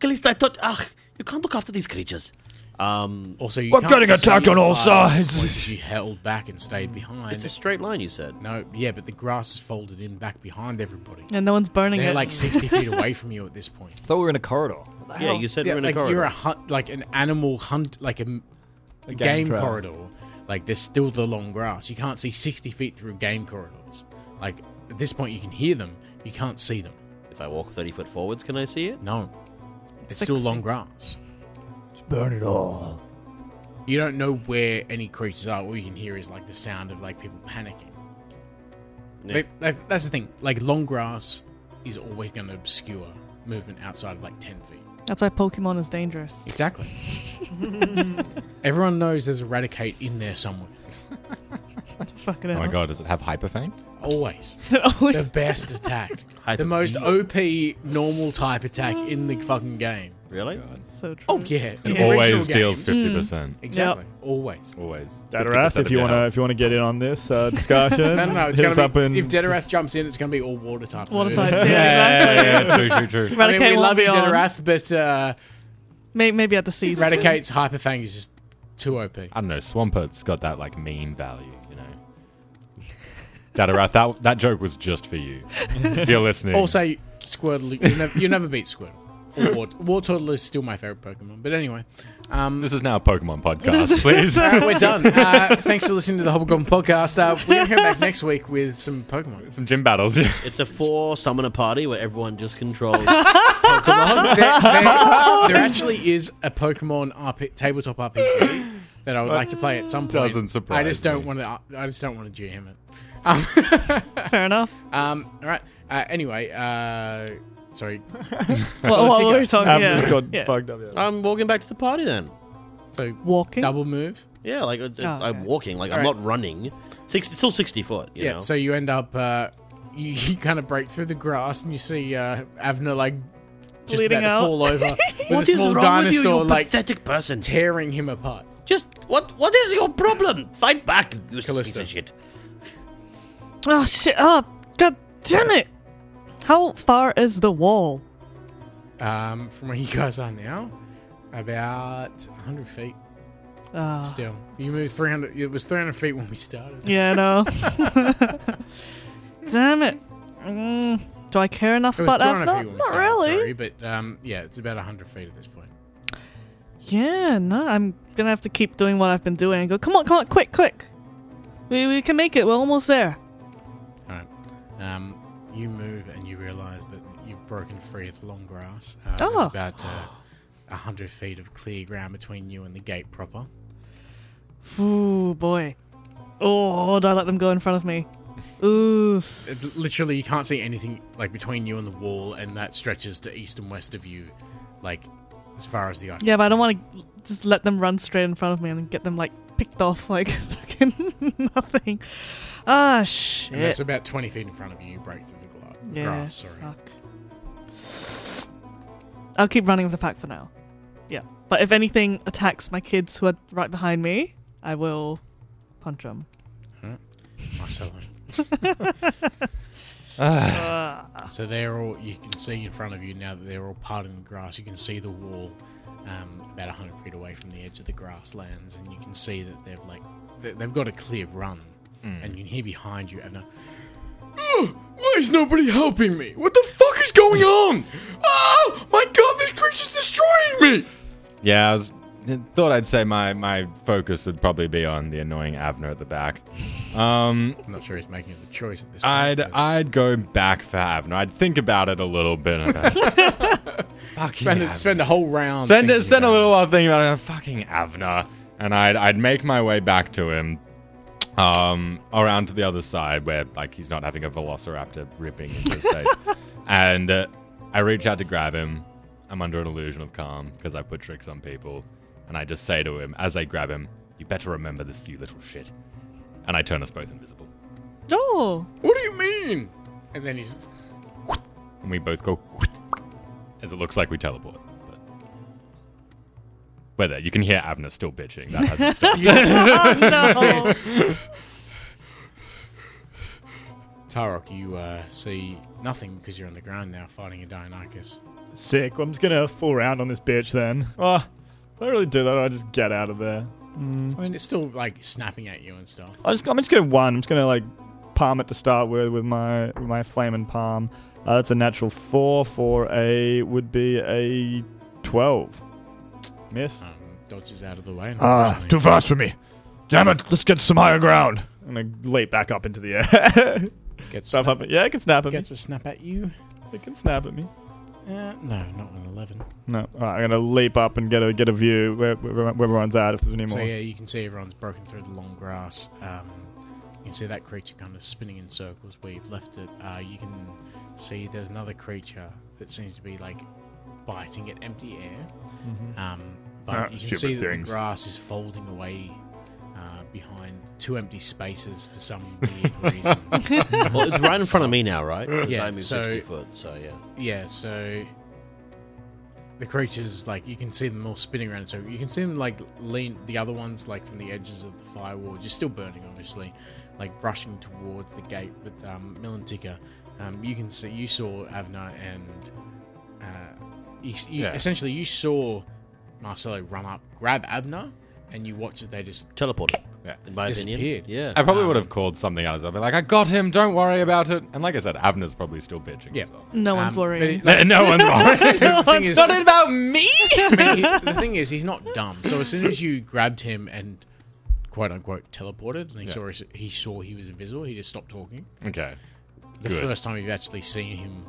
S2: Calista, I thought, ugh, you can't look after these creatures. Um,
S4: Also, you
S7: We're
S4: can't
S7: getting
S4: see
S7: attacked
S4: your
S7: on all
S4: blood at this
S7: sides.
S4: point 'cause You held back and stayed behind.
S2: it's a straight line, you said.
S4: no, yeah, but the grass is folded in back behind everybody.
S1: And no one's burning
S4: They're
S1: it.
S4: like sixty feet away from you at this point.
S5: thought we were in a corridor.
S2: Yeah, you said we're in a
S4: like
S2: corridor.
S4: you're a hunt, like an animal hunt, like a, m-
S5: A
S4: game,
S5: trail.
S4: corridor. Like there's still the long grass. You can't see sixty feet through game corridors. Like at this point, you can hear them. You can't see them.
S2: if I walk 30 foot forwards, can I see it?
S4: No, it's still
S1: 60.
S4: long grass.
S5: Burn it all.
S4: You don't know where any creatures are. All you can hear is like the sound of like people panicking.
S2: Yeah.
S4: Like, like, that's the thing. Like long grass is always going to obscure movement outside of like ten feet.
S1: That's why Pokemon is dangerous.
S4: Exactly. Everyone knows there's eradicate in there somewhere.
S1: Fucking
S6: Oh my
S1: hell. Oh,
S6: god, does it have hyperfang?
S4: Always the
S1: Always-
S4: best attack,
S2: I
S4: the most OP normal type attack in the fucking game.
S2: Really?
S1: so true.
S4: Oh yeah,
S6: It
S4: in original
S6: always deals
S4: games.
S6: fifty percent.
S4: Exactly, always.
S6: Always.
S5: Datarath,
S6: 50%
S5: if you
S6: of
S5: want to,
S6: your
S5: if you want to get in on this uh, discussion,
S4: No, no, no. It's
S5: hit us
S4: gonna
S5: up
S4: be,
S5: in
S4: if Dederath jumps in, it's gonna be all water type.
S1: Water
S4: moves.
S1: types,
S6: health.
S1: Yeah,
S6: Yeah, yeah, yeah, true, true, true.
S4: I mean,
S1: Raticate
S4: we
S1: won't
S4: love
S1: be
S4: you,
S1: on.
S4: Dederath, but uh,
S1: May- maybe at the season.
S4: Eradicate's hyperfang is just too OP.
S6: I don't know. Swampert's got that like meme value, you know. Datarath, that that joke was just for you. If you're listening.
S4: Also, Squirtle, you never, you never beat Squirtle. Or War, War Turtle is still my favorite Pokemon. But anyway, um,
S6: this is now a Pokemon podcast, please.
S4: all right, we're done. Uh, thanks for listening to the Hobblegoblin podcast. Uh, we're gonna come back next week with some Pokemon.
S6: Some gym battles. yeah.
S2: It's a four summoner party where everyone just controls.
S4: There, there- there actually is a Pokemon RP, tabletop RPG that I would like to play at some point.
S6: Doesn't surprise
S4: I just don't
S6: me.
S4: want to. I just don't want to GM it.
S1: Fair enough.
S4: Um, all right. Uh, anyway, uh, sorry.
S1: Well,
S4: let's
S1: what
S4: see
S1: were
S4: go.
S1: we talking
S5: Absolutely
S1: yeah.
S5: got
S1: Yeah.
S5: fucked up. Yeah.
S2: I'm walking back to the party then.
S4: So
S1: Walking.
S4: double move.
S2: Yeah, like uh,
S1: Oh,
S2: I'm
S1: okay.
S2: walking. Like I'm
S4: Alright.
S2: not running. Six, it's still sixty foot. You
S4: yeah.
S2: Know?
S4: So you end up. Uh, you, you kind of break through the grass and you see uh, Avner like just
S1: Bleeding
S4: about
S1: out.
S4: to fall over with a
S2: what is
S4: small
S2: wrong with you,
S4: dinosaur
S2: you
S4: like
S2: pathetic person?
S4: tearing him apart.
S2: Just what? What is your problem? Fight back, you useless
S4: Callisto.
S2: piece of shit.
S1: Oh shit! Oh god damn it! How far is the wall?
S4: Um, from where you guys are now, about 100 feet
S1: Ah.
S4: still. You moved 300. It was 300 feet when we started.
S1: Yeah, no. Damn it. Mm, do I care enough
S4: It was
S1: about
S4: 200 feet
S1: that?
S4: when we
S1: uh, Not
S4: started.
S1: really.
S4: Sorry, but um, yeah, it's about 100 feet at this point.
S1: Yeah, no. I'm gonna have to keep doing what I've been doing and go. Come on, come on, quick, quick. We we can make it. We're almost there.
S4: All right. Um, you move and you realize that you've broken free of the long grass. Uh,
S1: Oh.
S4: There's about uh, 100 feet of clear ground between you and the gate proper.
S1: Ooh boy. Oh, do I let them go in front of me? Ooh.
S4: It, literally, you can't see anything like between you and the wall, and that stretches to east and west of you, like as far as the eye. can
S1: Yeah, but I
S4: see.
S1: don't want to just let them run straight in front of me and get them like picked off like fucking nothing. Ah shit.
S4: And that's about 20 feet in front of you. You break through the gla-
S1: Yeah,
S4: grass. Sorry.
S1: Fuck. I'll keep running with the pack for now. Yeah. But if anything attacks my kids who are right behind me, I will punch them.
S4: Marcelo.
S5: Ah,
S4: So they're all, you can see in front of you now that they're all parted in the grass. You can see the wall um, about 100 feet away from the edge of the grasslands, and you can see that they've like, they- they've got a clear run.
S6: Mm.
S4: And you can hear behind you, Evna, "Oh, why is nobody helping me? What the fuck is going on? Oh, my god, this creature's destroying me!
S6: Yeah, I was thought I'd say my my focus would probably be on the annoying Avner at the back. Um,
S4: I'm not sure he's making the choice at this point.
S6: I'd
S4: but-
S6: I'd go back for Avner. I'd think about it a little bit. and I'd go, Fucking
S4: spend,
S6: Avner.
S4: spend a whole round.
S6: Spend
S4: thinking
S6: it, spend a
S4: about
S6: little while thinking about it. Fucking Avner, and I'd I'd make my way back to him, um, around to the other side where like he's not having a Velociraptor ripping into his face, and uh, I reach out to grab him. I'm under an illusion of calm because I put tricks on people, and I just say to him as I grab him, "You better remember this, you little shit," and I turn us both invisible,
S1: Oh.
S4: What do you mean? And then he's
S6: and we both go as it looks like we teleport. But we're there. You can hear Avner still bitching. That hasn't stopped.
S1: Oh no.
S4: Tarok, you uh, see nothing because you're on the ground now fighting a Dionychus.
S5: Sick. Well, I'm just gonna fool around on this bitch then. Oh, if I really do that, I just get out of there.
S4: I mean, it's still like snapping at you and stuff.
S5: I just, I'm just gonna one. I'm just gonna like palm it to start with with my with my flaming palm. Uh, that's a natural four for a would be a twelve. Miss.
S4: Um, dodges out of the way.
S7: Ah,
S4: unfortunately.
S7: too fast for me. Damn it, let's get some higher ground.
S5: I'm gonna leap back up into the air.
S4: Gets,
S5: Stuff
S4: snap,
S5: up. Yeah, it can snap at me.
S4: gets a snap at you.
S5: It can snap at me.
S4: Uh, no, not an 11.
S5: No. All right, I'm gonna leap up and get a get a view where, where, where everyone's at if there's any
S4: So,
S5: more.
S4: yeah, you can see everyone's broken through the long grass. Um, you can see that creature kind of spinning in circles where you've left it. Uh, you can see there's another creature that seems to be like biting at empty air. Um, but
S7: Ah,
S4: you can
S7: stupid
S4: see that
S7: things.
S4: the grass is folding away uh, behind two empty spaces for some weird reason.
S2: well, it's right in front of me now, right? 'Cause
S4: Yeah,
S2: I moved
S4: so-
S2: sixty foot. So yeah.
S4: yeah, so the creatures like you can see them all spinning around. So you can see them like lean the other ones like from the edges of the firewall, just still burning, obviously, like rushing towards the gate. But um, Milantika, um, you can see you saw Avna and uh, you, you,
S6: Yeah.
S4: essentially you saw Marcelo run up, grab Abner, and you watch that they just
S2: Teleported.
S6: Yeah.
S2: In my opinion.
S4: Disappeared.
S2: Yeah.
S6: I
S4: Um,
S6: probably would have called something out as well. I'd be like, I got him. Don't worry about it. And like I said, Avner's probably still bitching.
S4: Yeah.
S6: As well.
S1: No one's
S4: Um,
S1: worrying.
S4: but it-
S6: no one's worried.
S4: the thing is,
S6: Not about me.
S4: I mean, he- the thing is, he's not dumb. So as soon as you grabbed him and quote unquote teleported, and he saw he saw he was invisible, he just stopped talking.
S6: okay.
S4: The
S6: Good.
S4: first time you've actually seen him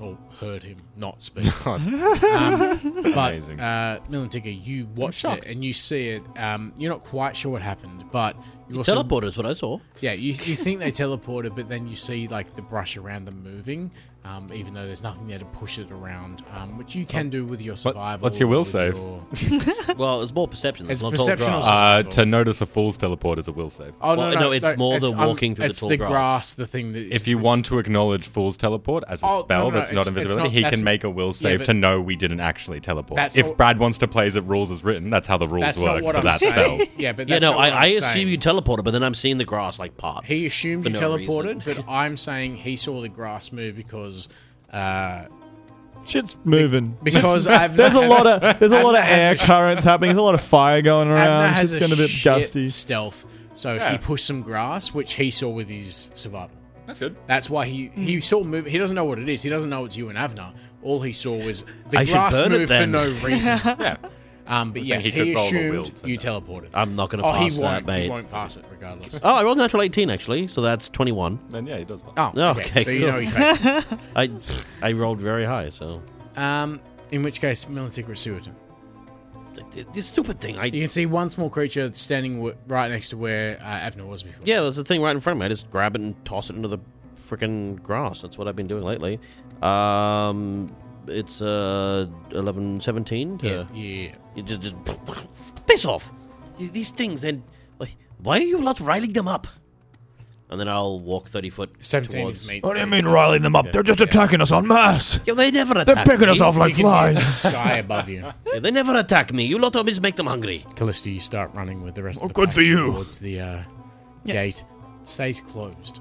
S4: or heard him not speak.
S6: God,
S4: Um, but
S6: Amazing.
S4: uh, Milan Ticker, you watched it
S6: shocked.
S4: and you see it. Um, you're not quite sure what happened, but you also
S2: Teleported is what I saw.
S4: yeah, you, you think they teleported, but then you see like the brush around them moving, um, even though there's nothing there to push it around, um, which you can do with your survival.
S6: what's your will
S4: with
S6: save?
S4: your-
S2: Well, it's more perception.
S4: It's
S2: It's not
S4: perception
S2: all
S4: or
S2: grass.
S4: something.
S6: uh, to notice a fool's teleport is a will save.
S4: Oh
S2: Well,
S4: no, no,
S2: no, it's more the
S4: um,
S2: walking through the
S4: it's
S2: tall
S4: the
S2: grass.
S4: grass. The thing that is
S6: If you want to acknowledge fool's teleport as a
S4: Oh, no,
S6: spell
S4: no, no,
S6: that's
S4: it's-
S6: not
S4: it's
S6: invisibility,
S4: not-
S6: he
S4: that's-
S6: can make a will
S4: yeah,
S6: save
S4: but-
S6: to know we didn't actually teleport.
S4: That's
S6: if
S4: not-
S6: Brad wants to play as it rules is written, that's how the rules
S4: that's
S6: work
S4: not what
S6: for
S4: I'm
S6: that
S4: saying.
S6: spell.
S4: Yeah, but
S2: Yeah,
S4: that's
S2: no,
S4: not what
S2: I, I
S4: I'm
S2: assume
S4: saying.
S2: you teleported, but then I'm seeing the grass like part.
S4: He assumed
S2: For
S4: you
S2: no
S4: teleported, but
S2: reason.
S4: I'm saying he saw the grass move because uh,
S5: Shit's moving.
S4: because I've
S5: There's a lot of there's a lot of
S4: Abner has
S5: air
S4: a sh-
S5: currents happening. There's a lot of fire going
S4: Abner
S5: around.
S4: has
S5: It's
S4: a
S5: going to be
S4: shit
S5: dusty.
S4: stealth, so he pushed some grass, which he saw with his survival.
S6: That's good.
S4: That's why he he saw move. He doesn't know what it is. He doesn't know it's you and Avner. All he saw was the
S2: I should
S4: grass
S2: burn it
S4: move for
S2: then.
S4: no reason.
S6: Yeah.
S4: Um, but
S6: I'm saying
S4: yes,
S6: he
S4: he,
S6: could roll the
S4: assumed
S6: will to
S4: you
S6: know.
S4: teleported.
S2: I'm not going to
S4: oh, he
S2: pass
S4: won't.
S2: that, mate.
S4: He won't pass it regardless.
S2: Oh, I rolled a natural 18, actually, so that's 21.
S6: Then yeah, he does. pass.
S4: Oh, okay.
S2: Okay,
S4: so you
S2: cool.
S4: know he failed.
S2: I I rolled very high, so.
S4: um, in which case, Milantic was Sewerton.
S2: This stupid thing. I
S4: You can see one small creature standing w- right next to where uh, Avner was before.
S2: Yeah, there's a thing right in front of me. I just grab it and toss it into the freaking grass. That's what I've been doing lately. Um, it's uh, 11, 17. To,
S4: yeah, yeah.
S2: You just, just piss off. You- These things, then. like, Why are you not riling them up? And then I'll walk 30 foot.
S4: Seventeen
S2: towards...
S4: is meat.
S7: What do you mean riling them up? They're just attacking us en masse.
S2: Yeah, they never
S7: They're
S2: attack
S7: picking
S2: me.
S7: us off like flies.
S4: Sky above you.
S2: Yeah, they never attack me. You lot always make them hungry.
S4: Callisto, you start running with the rest
S7: Oh,
S4: of the
S7: good
S4: pack
S7: for you.
S4: towards the uh,
S1: Yes.
S4: gate. It stays closed.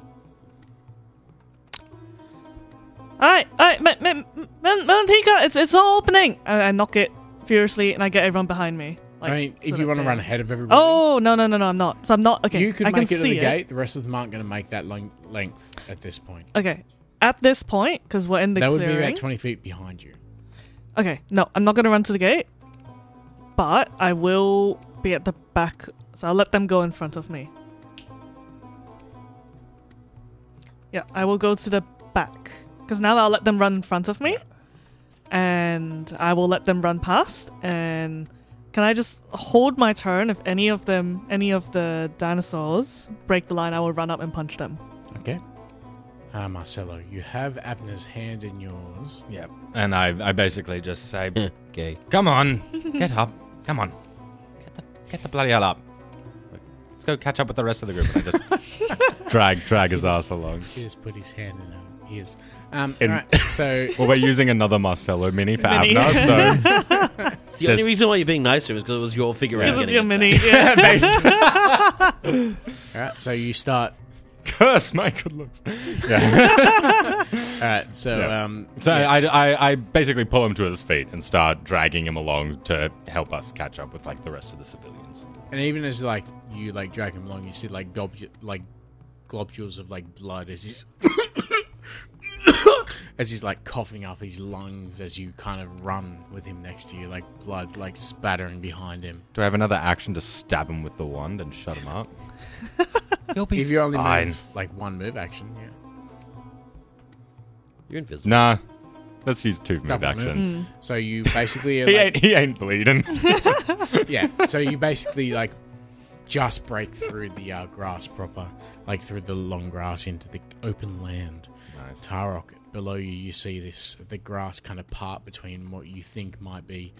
S1: All right, all right, Ma- Ma- Ma- Melantica, it's it's all opening. And I knock it furiously, and I get everyone behind me. Like,
S4: I mean,
S1: so
S4: if
S1: that
S4: you want to
S1: they-
S4: run ahead of everybody,
S1: Oh no no no no! I'm not. So I'm not. Okay,
S4: you can
S1: I
S4: make
S1: can
S4: it to
S1: see
S4: the gate. The rest of them aren't going to make that long- length at this point.
S1: Okay, at this point, because we're in the
S4: that would
S1: clearing.
S4: be about twenty feet behind you.
S1: Okay, no, I'm not gonna run to the gate, but I will be at the back, so I'll let them go in front of me. Yeah, I will go to the back because now I'll let them run in front of me, and I will let them run past. And can I just hold my turn if any of them, any of the dinosaurs break the line? I will run up and punch them.
S4: Okay. Uh, Marcelo, you have Abner's hand in yours.
S6: Yeah. And I, I basically just say,
S2: Okay.
S6: Come on, get up. Come on, get the get the bloody hell up. Let's go catch up with the rest of the group. And I just drag drag his ass along.
S4: He has put his hand in her ears. Um, alright, so
S6: Well, we're using another Marcello mini for
S1: Mini.
S6: Avner, so
S2: The
S6: There's-
S2: only reason why you're being nice to him is because it was your figure out.
S1: Because it's
S2: getting
S1: your
S2: attacked.
S1: mini. Yeah.
S4: alright, so you start.
S6: curse my good looks. Yeah.
S4: Alright, so
S6: Yeah.
S4: um,
S6: So
S4: yeah.
S6: I, I, I basically pull him to his feet and start dragging him along to help us catch up with like the rest of the civilians.
S4: and even as like you like drag him along, you see like gob- like globules of like blood as he's as he's like coughing up his lungs as you kind of run with him next to you, like blood like spattering behind him.
S6: Do I have another action to stab him with the wand and shut him up?
S4: If you only
S6: fine.
S4: move like one move action, yeah.
S2: You're invisible.
S6: Nah. Let's use two move
S4: Double
S6: actions.
S4: move. So you basically are,
S6: He
S4: like-
S6: ain't he ain't bleeding.
S4: yeah. So you basically like just break through the uh, grass proper, like through the long grass into the open land.
S6: Nice.
S4: Tarok, below you, you see this the grass kind of part between what you think might be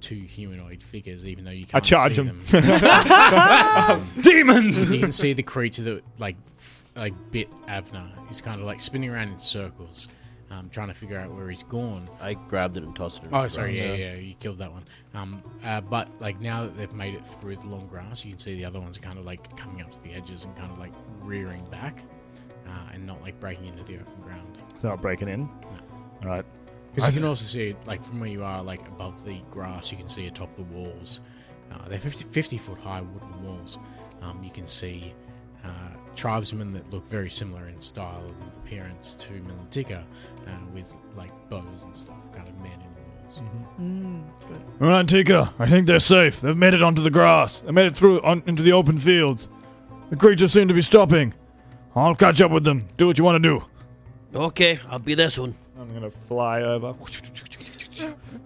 S4: two humanoid figures, even though you can't
S5: charge
S4: see
S5: 'em.
S4: them.
S6: Demons!
S4: you can see the creature that like f- like bit Avner. He's kind of like spinning around in circles, um, trying to figure out where he's gone.
S2: I grabbed it and tossed it. in
S4: Oh,
S2: the
S4: sorry,
S2: grass.
S4: yeah, yeah, you killed that one. Um, uh, but like now that they've made it through the long grass, you can see the other ones kind of like coming up to the edges and kind of like rearing back, uh, and not like breaking into the open ground.
S5: It's not breaking in. All right.
S4: Because you can also see, like, from where you are, like, above the grass, you can see atop the walls. Uh, they're 50, 50 foot high wooden walls. Um, you can see uh, tribesmen that look very similar in style and appearance to Milantica, uh, with, like, bows and stuff, kind of men in the walls.
S7: All right, Tika. I think they're safe. They've made it onto the grass. They made it through on, into the open fields. The creatures seem to be stopping. I'll catch up with them. Do what you want to do.
S2: Okay, I'll be there soon.
S5: I'm gonna fly over.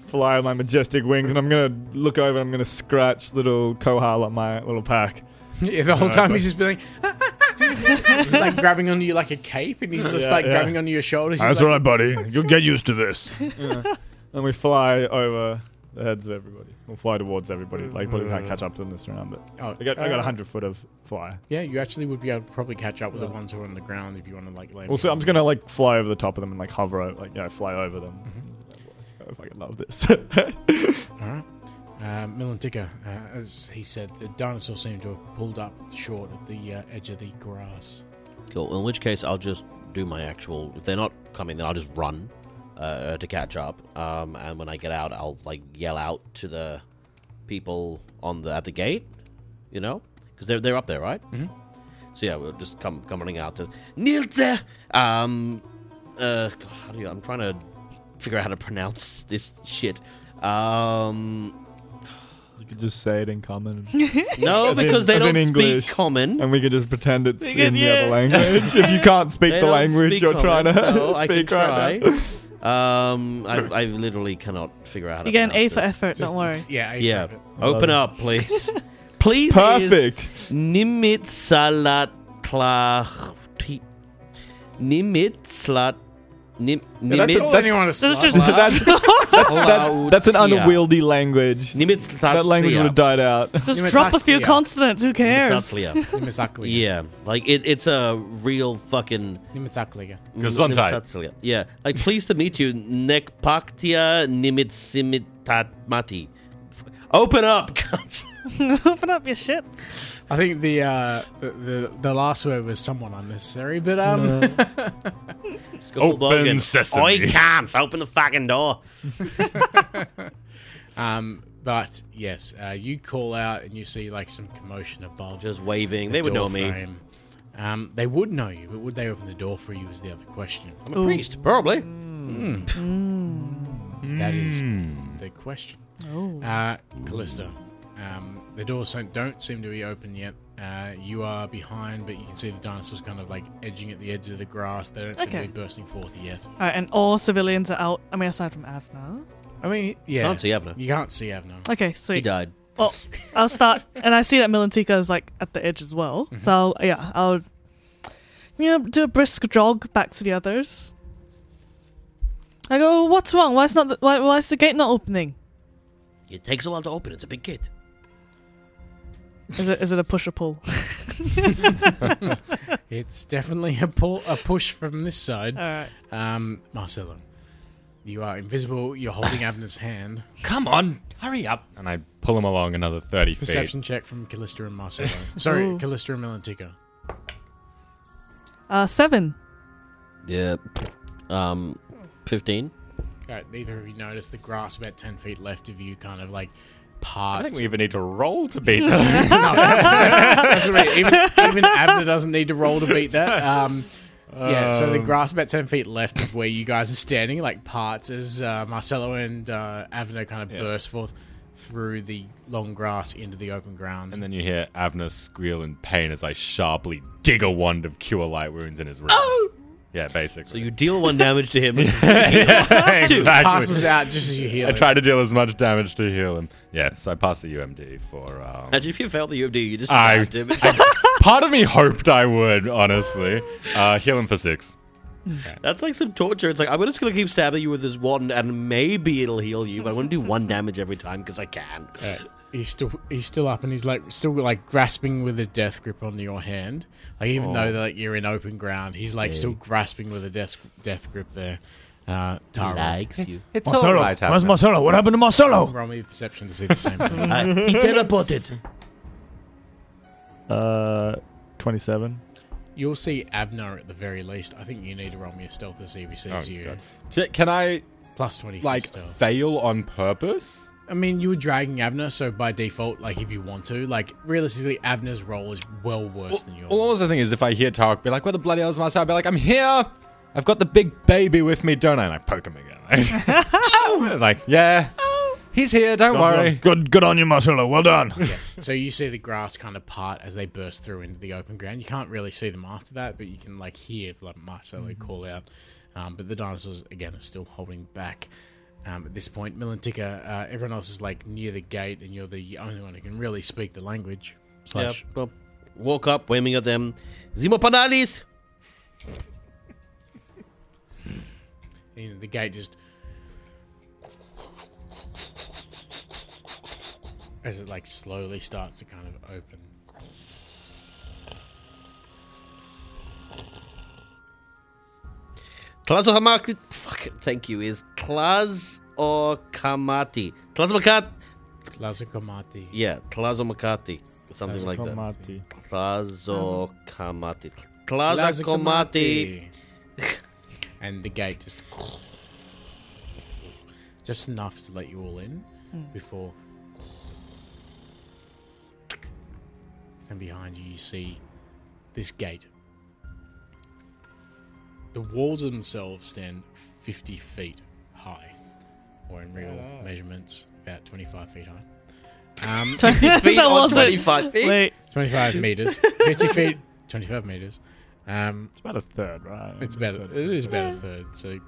S5: Fly with my majestic wings, and I'm gonna look over. and I'm gonna scratch little Kohal on my little pack.
S4: Yeah, the whole time he's just been like, like grabbing onto you like a cape, and he's just
S5: Yeah,
S4: like
S5: yeah.
S4: grabbing onto your shoulders. He's
S7: That's
S4: like,
S7: all right, buddy. You'll get used to this.
S5: And we fly over the heads of everybody. We'll fly towards everybody. Like, probably can't catch up to them this round, but
S4: Oh,
S5: I got I got
S4: uh,
S5: 100 foot of fly.
S4: Yeah, you actually would be able to probably catch up with the ones who are on the ground if you want to like. Lay
S5: Also, I'm just gonna like fly over the top of them and like hover, o- like yeah, fly over them. I fucking love this.
S4: All right. Uh, Milantica, uh, as he said, the dinosaur seemed to have pulled up short at the uh, edge of the grass.
S2: Cool. In which case, I'll just do my actual. If they're not coming, then I'll just run uh, to catch up. Um, and when I get out, I'll like yell out to the people on the at the gate. You know, because they're they're up there, right? Mm-hmm. So yeah, we'll just come come running out to Nilce. Um, uh, how do you, I'm trying to figure out how to pronounce this shit. Um,
S5: you could just say it in common,
S2: no,
S5: As in-
S2: because they
S5: as in
S2: don't
S5: English.
S2: speak common.
S5: and we could just pretend it's
S1: They could-
S5: in the other
S1: yeah.
S5: language. if you can't speak
S2: They
S5: the
S2: don't
S5: language
S2: speak
S5: you're trying to
S2: common, so I
S5: speak
S2: can
S5: right now.
S2: try. um, I, I literally cannot figure out how to.
S1: You get an A
S2: pronounce
S1: for
S2: this.
S1: effort,
S4: Just-
S1: don't worry.
S4: Yeah.
S2: Yeah,
S5: love
S2: open
S5: it.
S2: up, please. please.
S5: Perfect.
S2: Nimitzalatlahi. Nimitzlat. Nim,
S5: Yeah, that's a-
S2: Nimitz.
S5: that's-
S4: Oh, Anyone to
S1: There's
S4: slap?
S1: just
S5: That's, that's, that's, that's an
S2: Yeah.
S5: unwieldy language.
S2: Nimitz-
S5: That language would have died out.
S1: Just
S4: Nimitz-
S1: drop a few
S4: yeah.
S1: consonants. Who cares?
S2: Nimitzatlia.
S4: Nimitzaklea.
S2: Yeah, like it, it's a real fucking.
S4: Nimitzaklea.
S6: Gesundheit.
S2: Nimitzalia. Yeah, like pleased to meet you, Nekpaktia Nimitzimitatmati. F- Open up. God.
S1: Open up your shit.
S4: I think the, uh, the the the last word was somewhat unnecessary, but um,
S2: Go full blown
S6: Open
S2: again.
S6: sesame.
S2: Oi, cams, open the fucking door.
S4: um, but yes, uh, you call out and you see like some commotion above.
S2: Just waving.
S4: the
S2: they would
S4: door
S2: know me.
S4: frame. Um, they would know you, but would they open the door for you? Is the other question.
S2: I'm a priest, probably. Hmm.
S4: Hmm. That is the question. Uh, Callista, um, the doors don't- don't seem to be open yet. Uh, you are behind, but you can see the dinosaurs kind of like edging at the edge of the grass. They don't seem
S1: Okay.
S4: to be bursting forth yet.
S1: All right, and all civilians are out. I mean, aside from Avner.
S4: I mean, yeah.
S2: Can't see Abner.
S4: You can't see Avner.
S1: Okay,
S2: He
S1: sweet.
S2: died.
S1: Well, I'll start, and I see that Milantika is like at the edge as well.
S2: Mm-hmm.
S1: So yeah, I'll you know do a brisk jog back to the others. I go, what's wrong? Why's not the, why, why's the gate not opening?
S2: It takes a while to open. It's a big gate.
S1: Is it is it a push or pull?
S4: It's definitely a, pull, a push from this side.
S1: All right.
S4: Um, Marcelo, you are invisible. You're holding Avner's hand.
S6: Come on, hurry up. And I pull him along another 30 feet.
S4: Perception check from Callista and Marcelo. Sorry,
S1: Ooh.
S4: Callista and Melantica.
S1: Uh, seven.
S2: Yeah. Um, 15.
S4: Alright, Uh, neither of you noticed the grass about 10 feet left of you kind of like
S6: I
S4: parts.
S6: think we even need to roll to beat them.
S4: That's what I mean. Even, even Abner doesn't need to roll to beat that. Um, yeah, so
S6: Um.
S4: the grass about 10 feet left of where you guys are standing, like parts, as uh, Marcelo and uh, Avner kind of burst forth through the long grass into the open ground.
S6: and then you hear Avner squeal in pain as I sharply dig a wand of cure light wounds in his ribs. Yeah, basically.
S2: So you deal one damage to him.
S6: exactly.
S4: passes out just as you hear
S6: I
S4: it.
S6: try to deal as much damage to heal him. Yeah, so I pass the UMD for. Um,
S2: Imagine if you failed the UMD, you just
S6: I-
S2: stabbed him.
S6: part of me hoped I would, honestly. Uh, heal him for six.
S2: That's like some torture. It's like, I'm just going to keep stabbing you with this wand and maybe it'll heal you, but I'm going to do one damage every time because I can.
S1: Uh,
S4: He's still he's still up and he's like still like grasping with a death grip onto your hand. Like even though like you're in open ground, he's like still grasping with a death death grip there. Uh, Tara,
S2: Likes you.
S3: It's
S7: Marcelo, where's Marcelo? What happened to Marcelo?
S4: roll me the perception to see the same thing.
S2: Uh, he teleported.
S5: Uh, 27.
S4: You'll
S6: Oh,
S4: see Avner at the very least. I think you need to roll me a stealth to see if he sees you.
S6: Ch- Can I
S4: plus twenty. for
S6: like
S4: stealth.
S6: fail on purpose?
S4: I mean, you were dragging Avner, so by default, like if you want to, like realistically, Avner's role is well worse than yours.
S6: Well, also the thing is, if I hear Tark be like, "Where the bloody hell's my side?" I'd be like, "I'm here. I've got the big baby with me, don't I?" And I poke him again. like, yeah, he's here. Don't worry.
S7: Good, good on you, Marcelo. Well done.
S4: so you see the grass kind of part as they burst through into the open ground. You can't really see them after that, but you can like hear like Marcelo call out. Um, but the dinosaurs again are still holding back. Um, at this point, Milantica, uh, everyone else is like near the gate, and you're the only one who can really speak the language.
S2: Yeah, well, walk up, waving at them. Zimopanalis!
S4: And the gate just as it like slowly starts to kind of open.
S2: Tlazohamaki. Fuck it, thank you. Is Tlaz or Kamati? Tlazomakati.
S4: Lazakomati.
S2: Yeah, Tlazomakati. Something like that. Tlazokamati. Tlazokamati.
S4: and the gate just just enough to let you all in before and behind you you see this gate the walls themselves stand 50 feet high or in real measurements about 25 feet high um,
S2: Feet
S1: That
S2: on
S1: wasn't-
S2: 25 feet.
S1: Wait,
S4: 25 meters 50 feet 25 meters um,
S5: It's about a third, right?
S4: it's about it is about a third so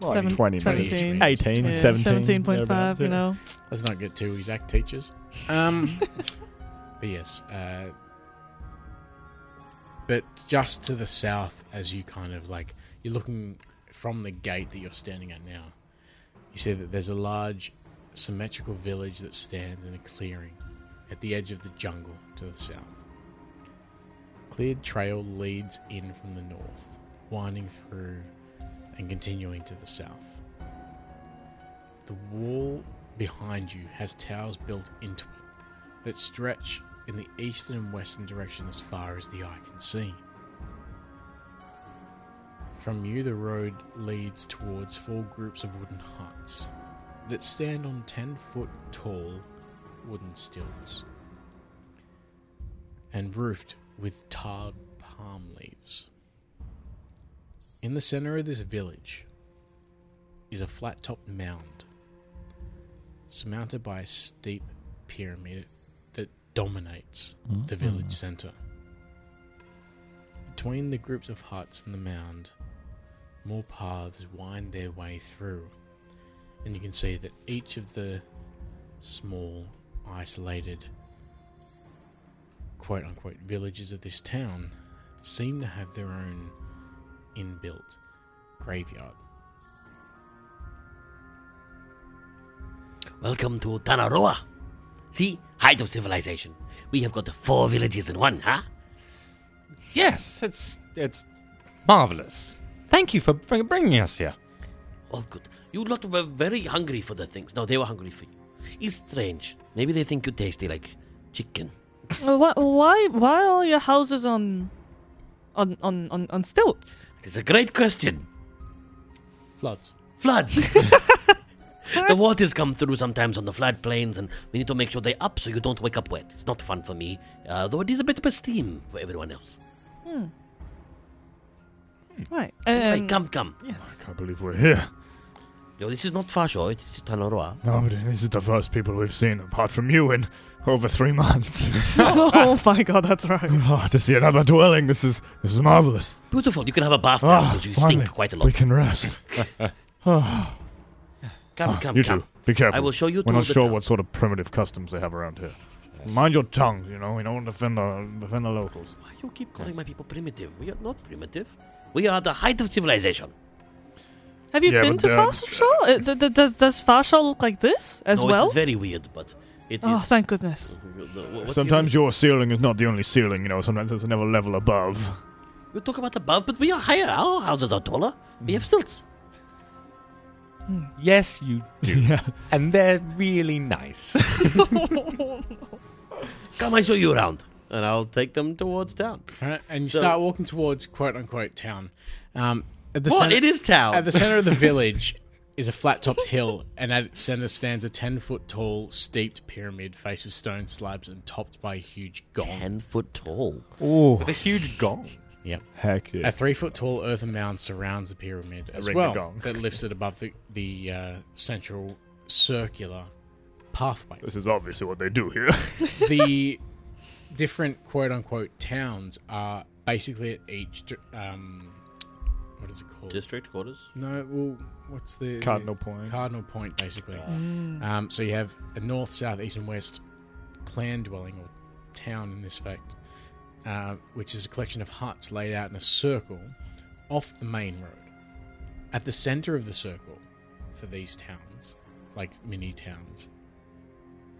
S5: Like
S1: Seven-
S5: 20
S1: seventeen.
S5: minutes.
S4: 20
S5: 18,
S1: yeah,
S5: 17.
S1: 17.5,
S5: thereabouts,
S1: you
S5: yeah.
S1: know.
S4: Let's not get too exact, teachers. Um, but yes, uh, but just to the south, as you kind of like, you're looking from the gate that you're standing at now. You see that there's a large, symmetrical village that stands in a clearing at the edge of the jungle to the south. Cleared trail leads in from the north, winding through and continuing to the south. The wall behind you has towers built into it that stretch in the eastern and western direction as far as the eye can see. From you, the road leads towards four groups of wooden huts that stand on 10 foot tall wooden stilts and roofed with tarred palm leaves. In the center of this village is a flat topped mound surmounted by a steep pyramid that dominates the village center. Between the groups of huts and the mound, more paths wind their way through, and you can see that each of the small, isolated, quote unquote, villages of this town seem to have their own inbuilt graveyard.
S2: Welcome to Tanaroa. See, height of civilization. We have got the four villages in one, huh?
S6: Yes, it's it's marvelous. Thank you for bring- bringing us here.
S2: All good. You lot were very hungry for the things. No, they were hungry for you. It's strange. Maybe they think you tasty like chicken.
S1: Well, why, why, why are your houses on, on, on, on, on stilts?
S2: It's a great question.
S4: Floods.
S2: Flood. the waters come through sometimes on the flood plains, and we need to make sure they're up so you don't wake up wet. It's not fun for me, uh, though it is a bit of a steam for everyone else.
S1: Right.
S2: Hey,
S1: Um,
S2: come, come.
S1: yes.
S7: Can't believe we're here.
S2: Yo, this is not Fasho, it is Tanoroa.
S7: No, Oh, but this is the first people we've seen apart from you in over three months.
S1: oh my god, that's right.
S7: oh, to see another dwelling, this is this is marvelous.
S2: Beautiful. You can have a bath now
S7: Ah,
S2: because you
S7: finally,
S2: stink quite a
S7: We
S2: lot.
S7: can rest. Ah,
S2: Come, come,
S7: you
S2: come.
S7: two, be careful.
S2: I will show you
S7: We're
S2: to
S7: not
S2: the
S7: sure
S2: town.
S7: what sort of primitive customs they have around here. Mind your tongues, you know. We don't want to offend the offend the locals.
S2: Why you keep calling my people primitive? We are not primitive. We are the height of civilization.
S1: Have you
S7: Yeah,
S1: been
S7: but
S1: to
S7: that's-
S1: Farshaw? Uh, d- d- does does Farshaw look like this as
S2: no,
S1: well?
S2: It's very weird, but it is.
S1: oh, thank goodness.
S7: Ah, Sometimes your ceiling is not the only ceiling, you know. Sometimes there's another level above.
S2: We talk about above, but we are higher. Our houses are taller. We have stilts.
S6: Yes, you do.
S5: Yeah.
S6: And they're really nice.
S2: Come, I show you around. And I'll take them towards town.
S4: Alright, and you
S2: So-
S4: start walking towards quote unquote town. Um, at the
S2: What?
S4: center,
S2: It is town.
S4: at the center of the village is a flat topped hill, and at its center stands a 10 foot tall, steeped pyramid faced with stone slabs and topped by a huge gong.
S2: Ten foot tall.
S5: Ooh,
S6: With a huge gong.
S4: Yep.
S5: heck yeah.
S4: A three foot tall earthen mound surrounds the pyramid as
S5: ring the
S4: well,
S5: gong.
S4: that lifts it above the, the uh, central circular pathway.
S5: This is obviously what they do here.
S4: the different quote unquote towns are basically at each. dr- Um, what is it called?
S2: District quarters.
S4: no, well, what's the.
S5: Cardinal Point.
S4: Cardinal Point, basically. Um, so you have a north, south, east, and west clan dwelling or town in this fact, uh, which is a collection of huts laid out in a circle off the main road. At the center of the circle for these towns, like mini towns,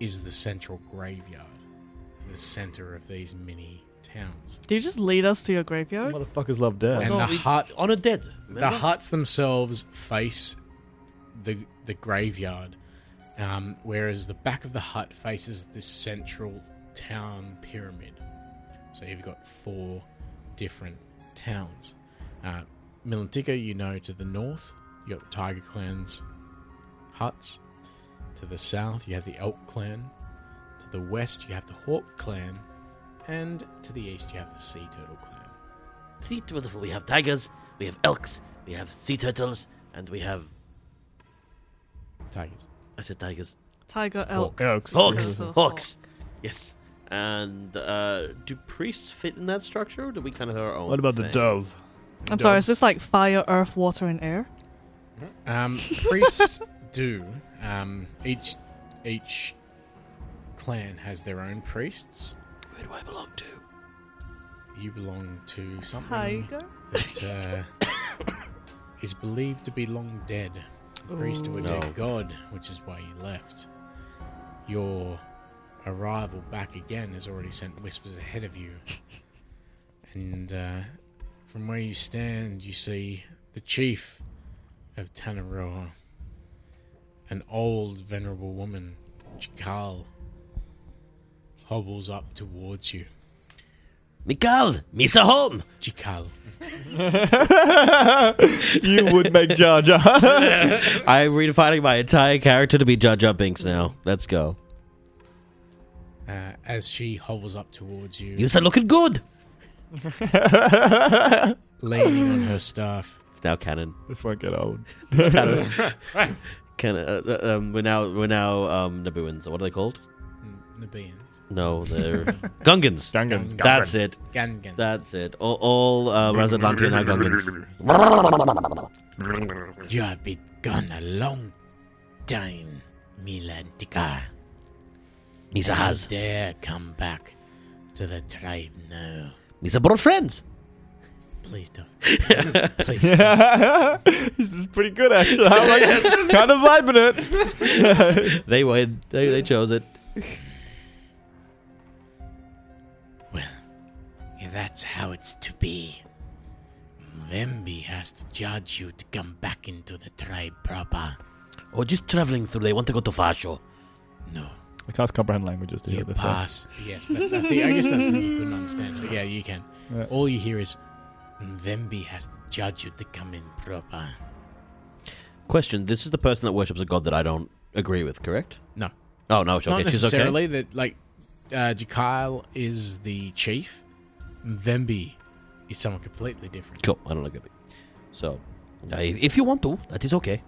S4: is the central graveyard, the center of these mini towns.
S1: Do you just lead us to your graveyard?
S5: Motherfuckers love death.
S4: And
S2: No,
S4: the
S2: we-
S4: hut
S2: On a dead.
S4: the huts themselves face the the graveyard, um, whereas the back of the hut faces this central town pyramid. So you've got four different towns. Uh, Milantica, you know, to the north, you got the Tiger Clan's huts. To the south, you have the Elk Clan. To the west, you have the Hawk Clan. And to the east, you have the Sea Turtle Clan.
S2: See, wonderful. We have tigers, we have elks, we have sea turtles, and we have.
S4: Tigers.
S2: I said tigers.
S1: Tiger, elk,
S5: Oaks.
S2: Hawks!
S1: turtle,
S2: Hawks! Yes. And uh, do priests fit in that structure, or do we kind of have our own?
S7: What about the
S2: thing?
S7: dove?
S1: hawk. I'm sorry, is this like fire, earth, water, and air?
S4: Um, priests do. Um, each each clan has their own priests.
S2: Who do I belong to?
S4: You belong to something
S1: Tiger?
S4: that uh, is believed to be long dead. A priest to a dead god, which is why you left. Your arrival back again has already sent whispers ahead of you, and uh, from where you stand, you see the chief of Tanaroa, an old venerable woman, Chikal, hobbles up towards you.
S2: Mikal! Misa home!
S4: Chikal.
S5: you would make Jar Jar.
S2: I'm redefining my entire character to be Jar Jar Binks now. Let's go.
S4: uh, as she hobbles up towards you,
S2: You said looking good!
S4: leaning on her staff.
S2: It's now canon.
S5: this won't get old.
S2: canon. canon. Uh, uh, um, we're now, we're now um, Nabooans. What are they called?
S4: N- Nabians.
S2: No, they're Gungans.
S5: Gungans.
S2: That's it.
S4: Gangan.
S2: That's it. All, all uh, Razadlantian are Gungans.
S4: You have been gone a long time, Milantica.
S2: Misa
S4: How
S2: has.
S4: dare come back to the tribe now.
S2: Misa brought friends.
S4: Please don't. Please don't.
S5: this is pretty good, actually. I like, kind of vibing it.
S2: They win. They, they chose it.
S4: Well, yeah, that's how it's to be. Vembi has to judge you to come back into the tribe proper.
S2: Or just traveling through. They want to go to Fasho.
S4: No.
S5: I can't comprehend languages to
S4: You
S5: hear this. so-
S4: pass. Yes, that's I, think, I guess that's the thing you couldn't understand. So yeah, you can.
S5: Yeah.
S4: All you hear is Vembi has to judge you to come in proper.
S2: Question: This is the person that worships a god that I don't agree with, correct?
S4: No,
S2: Oh no, okay,
S4: not
S2: she's okay.
S4: necessarily. That like uh, Jakyle is the chief. Vembi is someone completely different.
S2: Cool. I don't like it. So, I, if you want to, that is okay.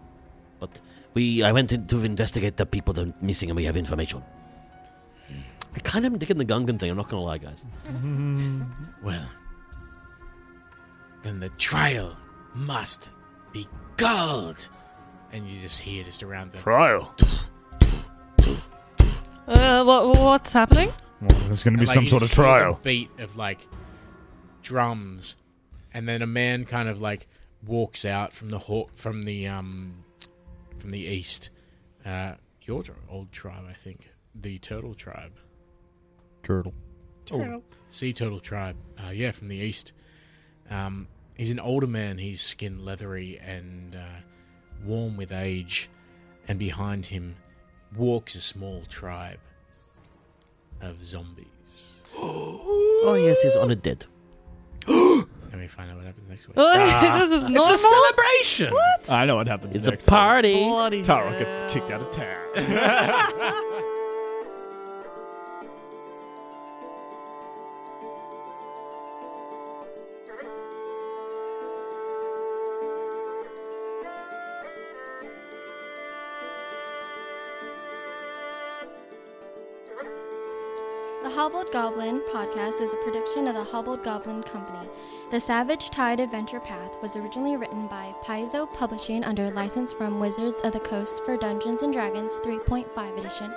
S2: But we, I went in to investigate the people that are missing, and we have information.
S4: Hmm.
S2: I kind of am digging the Gungan thing. I'm not gonna lie, guys.
S4: Well, then the trial must be called. And you just hear just around the
S7: Trial.
S1: Uh, what, what's happening?
S7: Well, there's going to be
S4: And, like,
S7: some
S4: you
S7: sort of
S4: just hear the
S7: trial.
S4: beat of like drums, and then a man kind of like walks out from the hawk from the um from the east. Uh, your dr- old tribe, I think, the turtle tribe,
S2: Turtle.
S4: turtle sea turtle tribe. Uh, yeah, from the east. Um, he's an older man. He's skin leathery and uh, worn with age, and behind him walks a small tribe of zombies.
S2: Oh yes, he's on a dead.
S4: I we find out what happens next week.
S1: this is normal.
S4: It's a celebration.
S5: I know what happened.
S2: It's a party.
S1: Bloody
S5: Taro
S1: hell.
S5: gets kicked out of town.
S8: The Hobbled Goblin podcast is a production of the Hobbled Goblin Company. The Savage Tide Adventure Path was originally written by Paizo Publishing under license from Wizards of the Coast for Dungeons and Dragons 3.5 edition.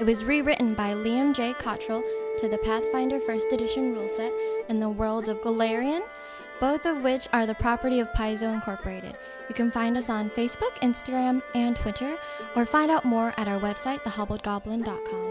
S8: It was rewritten by Liam J. Cottrell to the Pathfinder 1st edition rule set and the world of Galarian, both of which are the property of Paizo Incorporated. You can find us on Facebook, Instagram, and Twitter, or find out more at our website, thehobbledgoblin.com.